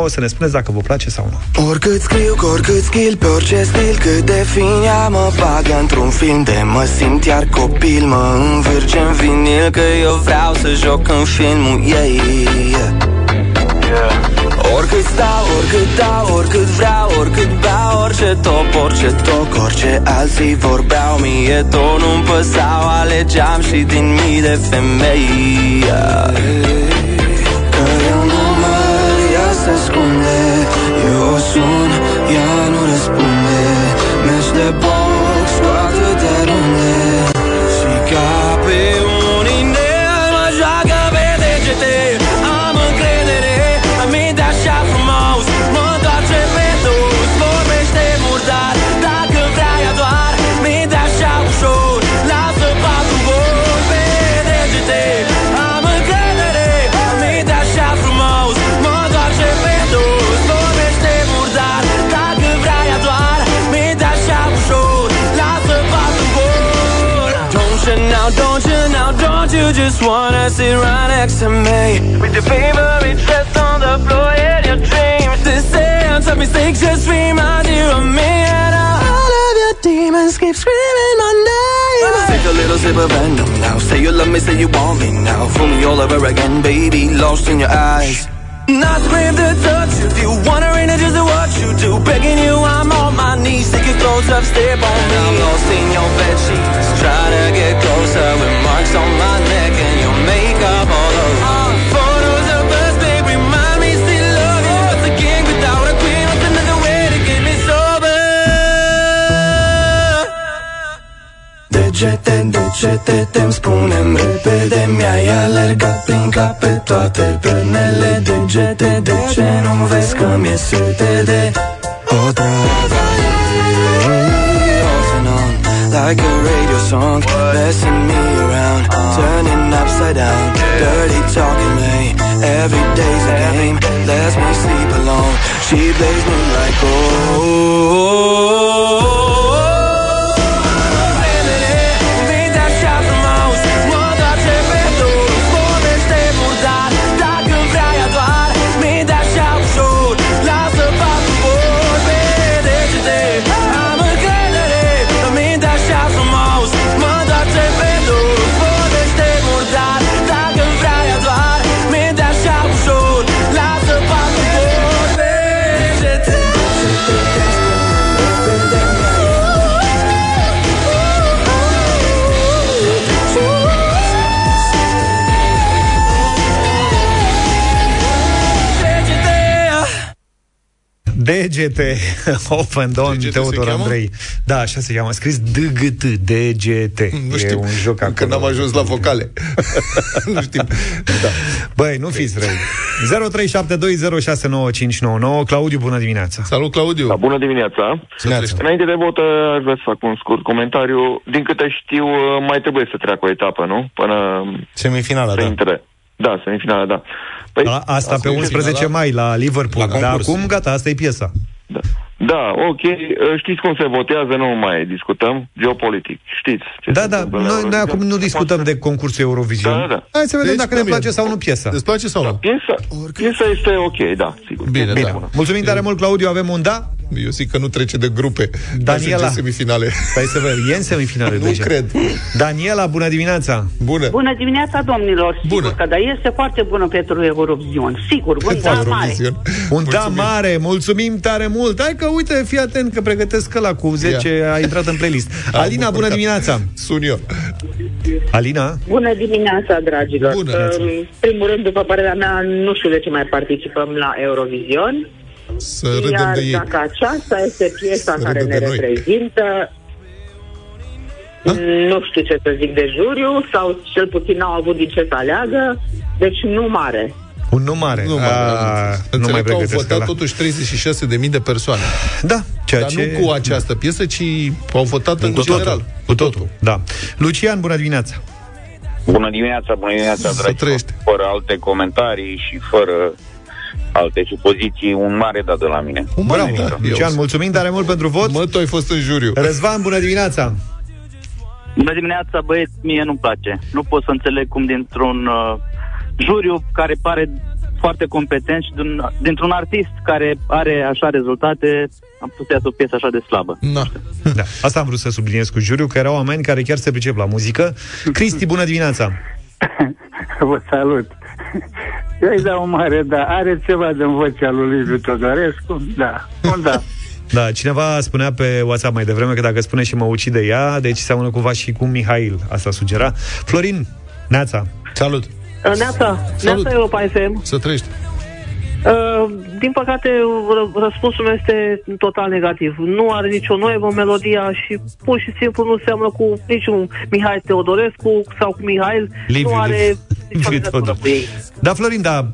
B: să ne spuneți dacă vă place sau nu.
O: Oricât scriu, cu oricât skill, pe orice stil Cât de fin ea mă bagă într-un film De mă simt iar copil, mă învârge în vinil Că eu vreau să joc în filmul ei Oricât stau, oricât dau, oricât vreau, oricât beau Orice top, orice toc, orice alții vorbeau Mie tot nu-mi păsau, alegeam și din mii de femei Că eu nu mă ea se ascunde Eu o sun, ea nu răspunde Meci de box cu atâtea runde Și ca pe un inel mă joacă pe degete Am încredere, aminte așa frumos Mă doar You just wanna sit right next to me With your favorite dress on the floor in your dreams This dance of mistakes just remind you of me And all of your demons keep screaming my name Take a little sip of venom now Say you love me, say you want me now Fool me all over again, baby, lost in your eyes Not scream to touch you, if you wondering it's just what you do Begging you, I'm on my knees, take your clothes up, step on me I'm lost in your bed sheets, try to get closer With marks on my neck and your makeup all over Photos of us, they remind me still love you Once again without a queen, what's another way to get me sober? De ce te, de ce te tem, spune-mi repede Mi-ai alergat prin cap pe toate pernele De ce te, de ce nu vezi că mi-e sete de O da, da, Off and on, like a radio song Messing me around, turning upside down Dirty talking me, every day's a game Lets me sleep alone, she plays me like oh Vem da ceață, mă mă doace pe dor Vorbește murdar, dacă vrei doar Mi-i da așa ușor, lasă patul Vorbește-te, am încredere Mi-i da așa frumos, mă doace pe dor Vorbește murdar, dacă vrei doar Mi-i da așa ușor, lasă patul Vorbește-te
B: DGT Open Don DGT Teodor Andrei. Da, așa se cheamă. A Scris DGT, DGT.
D: Nu știu,
B: e un joc
D: încă
B: acolo.
D: n-am ajuns la vocale. nu știm. Da.
B: Băi, nu fiți răi. 0372069599. Claudiu, bună dimineața.
D: Salut, Claudiu.
P: Da, bună dimineața. Deci, Înainte de vot, uh, aș vrea să fac un scurt comentariu. Din câte știu, uh, mai trebuie să treacă o etapă, nu? Până
C: Semifinala,
P: da. Intre. Da, semifinala, da. Păi,
B: A, asta pe 11 mai la Liverpool.
P: La
B: Dar
P: concurs.
B: acum, gata, asta e piesa.
P: Da, ok. Uh, Știți cum se votează, nu mai discutăm. Geopolitic, știți. Ce
B: Da, da, noi, noi acum nu discutăm de concursul Eurovision.
P: Da, da.
B: Hai să vedem
P: Deci,
B: dacă ne
P: premier.
B: place sau nu piesa.
D: Îți place sau nu?
P: Piesa, piesa este ok, da, sigur.
D: Bine,
B: Bine.
D: da.
B: Mulțumim tare mult, Claudiu. Avem un da?
D: Eu zic că nu trece de grupe.
B: Daniela.
D: Ajunge în semifinale.
B: Stai să vedem. E în semifinale
D: Nu
B: deja.
D: cred.
B: Daniela, bună dimineața.
D: Bună.
Q: Bună dimineața, domnilor! Sigur bună. că da, este foarte bună pentru Eurovision. Sigur, bun, da, mare!
B: Un da mare, mulțumim tare mult. Hai că uite, fii atent că pregătesc la cu 10 a intrat în playlist. Alina, bună dimineața.
D: Sun eu.
B: Alina?
R: Bună dimineața, dragilor!
B: Bună.
R: În primul rând, după părerea mea, nu știu de ce mai participăm la Eurovision.
D: Să
R: Iar dacă aceasta este piesa
D: Să
R: care
D: râdem
R: ne
D: de noi. Da.
R: reprezintă, nu știu ce să zic de juriu, sau cel puțin n-au avut din ce să aleagă, deci nu mare.
B: Un nu mare.
D: Nu,
B: A,
D: mai
B: nu mai
D: Înțeleg că au
B: pregătesc
D: votat
B: ăla.
D: totuși 36.000 de persoane.
B: Da, ceea
D: Dar
B: ce-
D: nu cu această piesă, ci au votat în
B: Cu totul.
D: general.
B: Cu totul. Da. Lucian, bună dimineața.
S: Bună dimineața, bună dimineața, dragi Fără alte comentarii și fără alte supoziții, un mare dat de la mine.
B: Un Bravo, Lucian, mulțumim tare mult pentru vot. Mă,
D: tu ai fost în juriu.
B: Răzvan, bună dimineața.
T: Bună dimineața, băieți, mie nu-mi place. Nu pot să înțeleg cum dintr-un uh, juriu care pare foarte competent și din, dintr-un artist care are așa rezultate, am putut să iasă o piesă așa de slabă.
D: Na.
B: Da. Asta am vrut să subliniez cu juriu, că erau oameni care chiar se pricep la muzică. Cristi, bună dimineața.
U: Vă salut! Eu îi dau un mare, da. Are ceva din vocea lui Liviu Todorescu? Da. Un da.
B: Da, cineva spunea pe WhatsApp mai devreme că dacă spune și mă ucide ea, deci seamănă cumva și cu Mihail, asta sugera. Florin, Neața.
D: Salut.
V: Neața, Neața Europa FM.
D: Să trăiești.
V: Uh, Din păcate, ră- răspunsul meu este total negativ. Nu are nicio noivă melodia și pur și simplu nu seamănă cu niciun Mihai Teodorescu sau cu Mihail. nu are nicio legătură cu ei.
B: Da, Florin, da,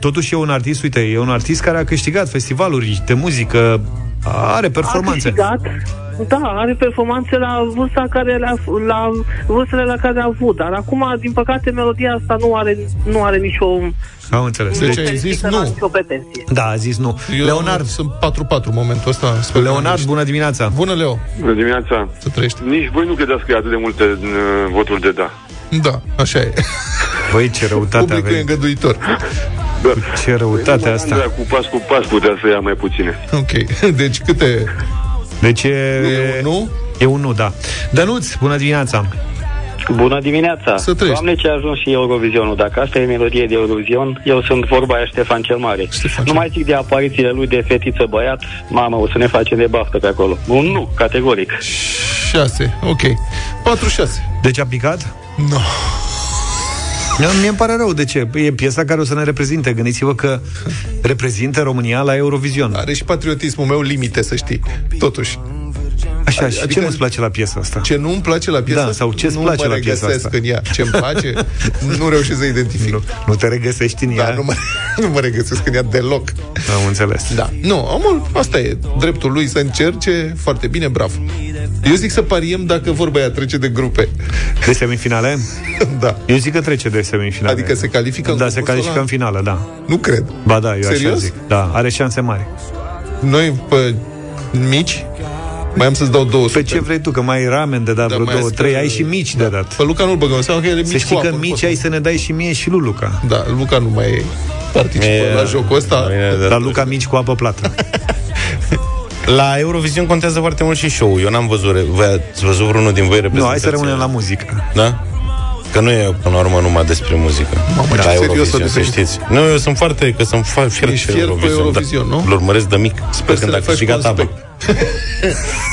B: totuși e un artist, uite, e un artist care a câștigat festivaluri de muzică, are performanțe.
V: câștigat, Da, are performanțe la vârsta care le-a, la vârstele la care le-a avut, dar acum, din păcate, melodia asta nu are, nu are nicio...
B: Am înțeles.
D: Deci
V: nu
D: ai zis
V: ridică la
D: nu.
V: Nicio pretenție.
B: Da, a zis nu.
D: Eu Leonard. Sunt 4-4 în momentul ăsta. Sper că
B: Leonard,
D: nu
B: bună dimineața.
D: Bună, Leo.
W: Bună dimineața.
D: Să trăiești.
W: Nici voi nu credeți că e atât de multe uh, voturi de da.
D: Da, așa e.
B: Băi, ce răutate
D: Publicul e îngăduitor.
P: Da.
B: Ce răutate
P: asta. Andra, cu pas cu pas putea să ia mai puține.
D: Ok, deci câte...
B: Deci e... E
D: un nu?
B: E un nu, da. Dănuț, bună dimineața!
H: Bună dimineața!
D: Să trăiești.
H: Doamne, ce a ajuns și Eurovizionul. Dacă asta e melodie de Eurovision, eu sunt vorba aia Ștefan cel Mare. Ștefan nu mai zic de aparițiile lui de fetiță băiat, mamă, o să ne facem de baftă pe acolo. Un nu, categoric.
D: 6, ok. 46.
B: Deci a picat?
D: Nu. No.
B: Da, Mie îmi pare rău, de ce? Păi E piesa care o să ne reprezinte. Gândiți-vă că reprezintă România la Eurovision.
D: Are și patriotismul meu limite, să știi. Totuși.
B: Așa, și
D: Adică-
B: ce nu-ți place la piesa asta?
D: Ce nu-mi place la piesă?
B: Da, sau ce-ți
D: nu
B: place
D: mă
B: la piesa
D: regăsesc
B: asta?
D: în ea. Ce-mi place? nu reușesc să identific. Nu,
B: nu te regăsești în
D: da, ea? Nu mă, nu mă regăsesc în ea deloc.
B: Am înțeles.
D: Da. Nu, omul, asta e. Dreptul lui să încerce foarte bine, bravo. Eu zic să pariem dacă vorba aia trece de grupe.
B: De semifinale?
D: da.
B: Eu zic că trece de semifinale.
D: Adică se califică în
B: Da, se
D: concursul
B: califică
D: ăla?
B: în finală, da.
D: Nu cred.
B: Ba da, eu așa
D: Serios?
B: zic. Da, are șanse mari.
D: Noi, pe mici, mai am să-ți dau 200.
B: Pe ce vrei tu? Că mai ai ramen de dat
D: Da,
B: vreo
D: mai
B: două,
D: este- da.
B: trei, ai și mici de dat.
D: Pe Luca nu-l băgăm, înseamnă că el e mici
B: Să știi
D: cu
B: că
D: apă,
B: mici
D: poate.
B: ai să ne dai și mie și lui Luca.
D: Da, Luca nu mai e participă
C: E,
D: la jocul ăsta.
B: Dar Luca mici cu apă plată.
C: La Eurovision contează foarte mult și show Eu n-am văzut, re- voi ați văzut vreunul din voi
B: Nu, hai să
C: reprezentația?
B: rămânem la muzică.
C: Da? Că nu e până la urmă numai despre muzică.
D: Mamă, ce
C: la
D: serios o
C: Da, Eurovision, să
D: deveni.
C: știți. Nu, eu sunt foarte, că sunt fa- fier
D: Ești
C: pe
D: fier pe
C: Eurovision.
D: Eurovision,
C: da.
D: nu?
C: Îl urmăresc de mic. Sper
D: să
C: când a
D: le faci
C: câștigat
D: conspect.
C: ABBA.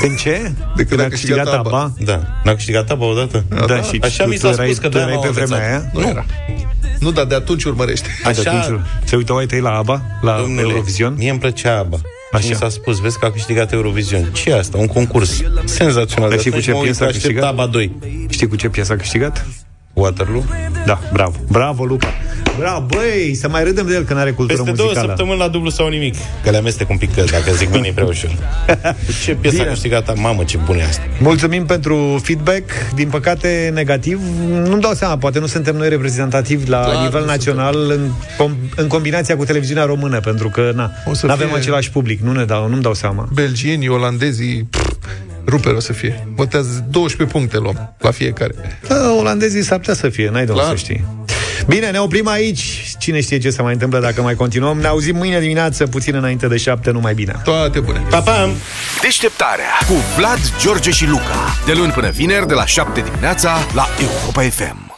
B: În ce?
D: De când a câștigat
B: a câștigat
D: ABBA.
B: ABBA?
C: Da. N-a câștigat ABBA odată?
B: Da, și
C: Așa
B: tu-
C: mi
B: tu
C: s-a
B: erai-
C: spus că
B: tu
C: de-aia
B: erai
C: m-au
B: pe vremea
C: învățat.
B: aia?
D: Nu,
C: Nu.
D: era. Nu, dar de atunci urmărește.
B: De atunci
C: Așa,
B: Se uitau ai tăi la ABBA? La
C: domnule,
B: Eurovision?
C: mie îmi plăcea ABBA.
B: Așa.
C: Așa. Mi s-a spus, Păi, vezi că a câștigat Eurovision. ce e asta? Un concurs. Senzațional.
B: Dar știi cu
C: atunci
B: ce
C: mă uit,
B: piesă a
C: aștept
B: câștigat?
C: ABBA 2.
B: Știi cu ce piesă a câștigat?
C: Waterloo.
B: Da, bravo. Bravo, Luca. Bravo, băi, să mai râdem de el că n-are cultură
C: Peste două
B: muzicală.
C: săptămâni la dublu sau nimic. da. Că le amestec un pic, că dacă zic bine e prea ușor. Ce piesă a câștigat? a- Mamă, ce bună e asta.
B: Mulțumim pentru feedback. Din păcate, negativ. Nu-mi dau seama, poate nu suntem noi reprezentativi la
D: Clar,
B: nivel
D: nu
B: național în, com- în combinația cu televiziunea română, pentru că na,
D: O să
B: nu avem
D: fie-
B: același public. Nu ne dau, nu-mi dau seama.
D: Belgienii, olandezii, pff, ruper o să fie. Botează 12 puncte luăm la fiecare.
B: Da, olandezii s-ar putea să fie, n-ai de unde
D: Clar.
B: să știi. Bine, ne oprim aici. Cine știe ce se mai întâmplă dacă mai continuăm. Ne auzim mâine dimineață, puțin înainte de șapte, numai bine.
D: Toate bune.
C: Pa, pa!
A: Deșteptarea cu Vlad, George și Luca. De luni până vineri, de la 7 dimineața, la Europa FM.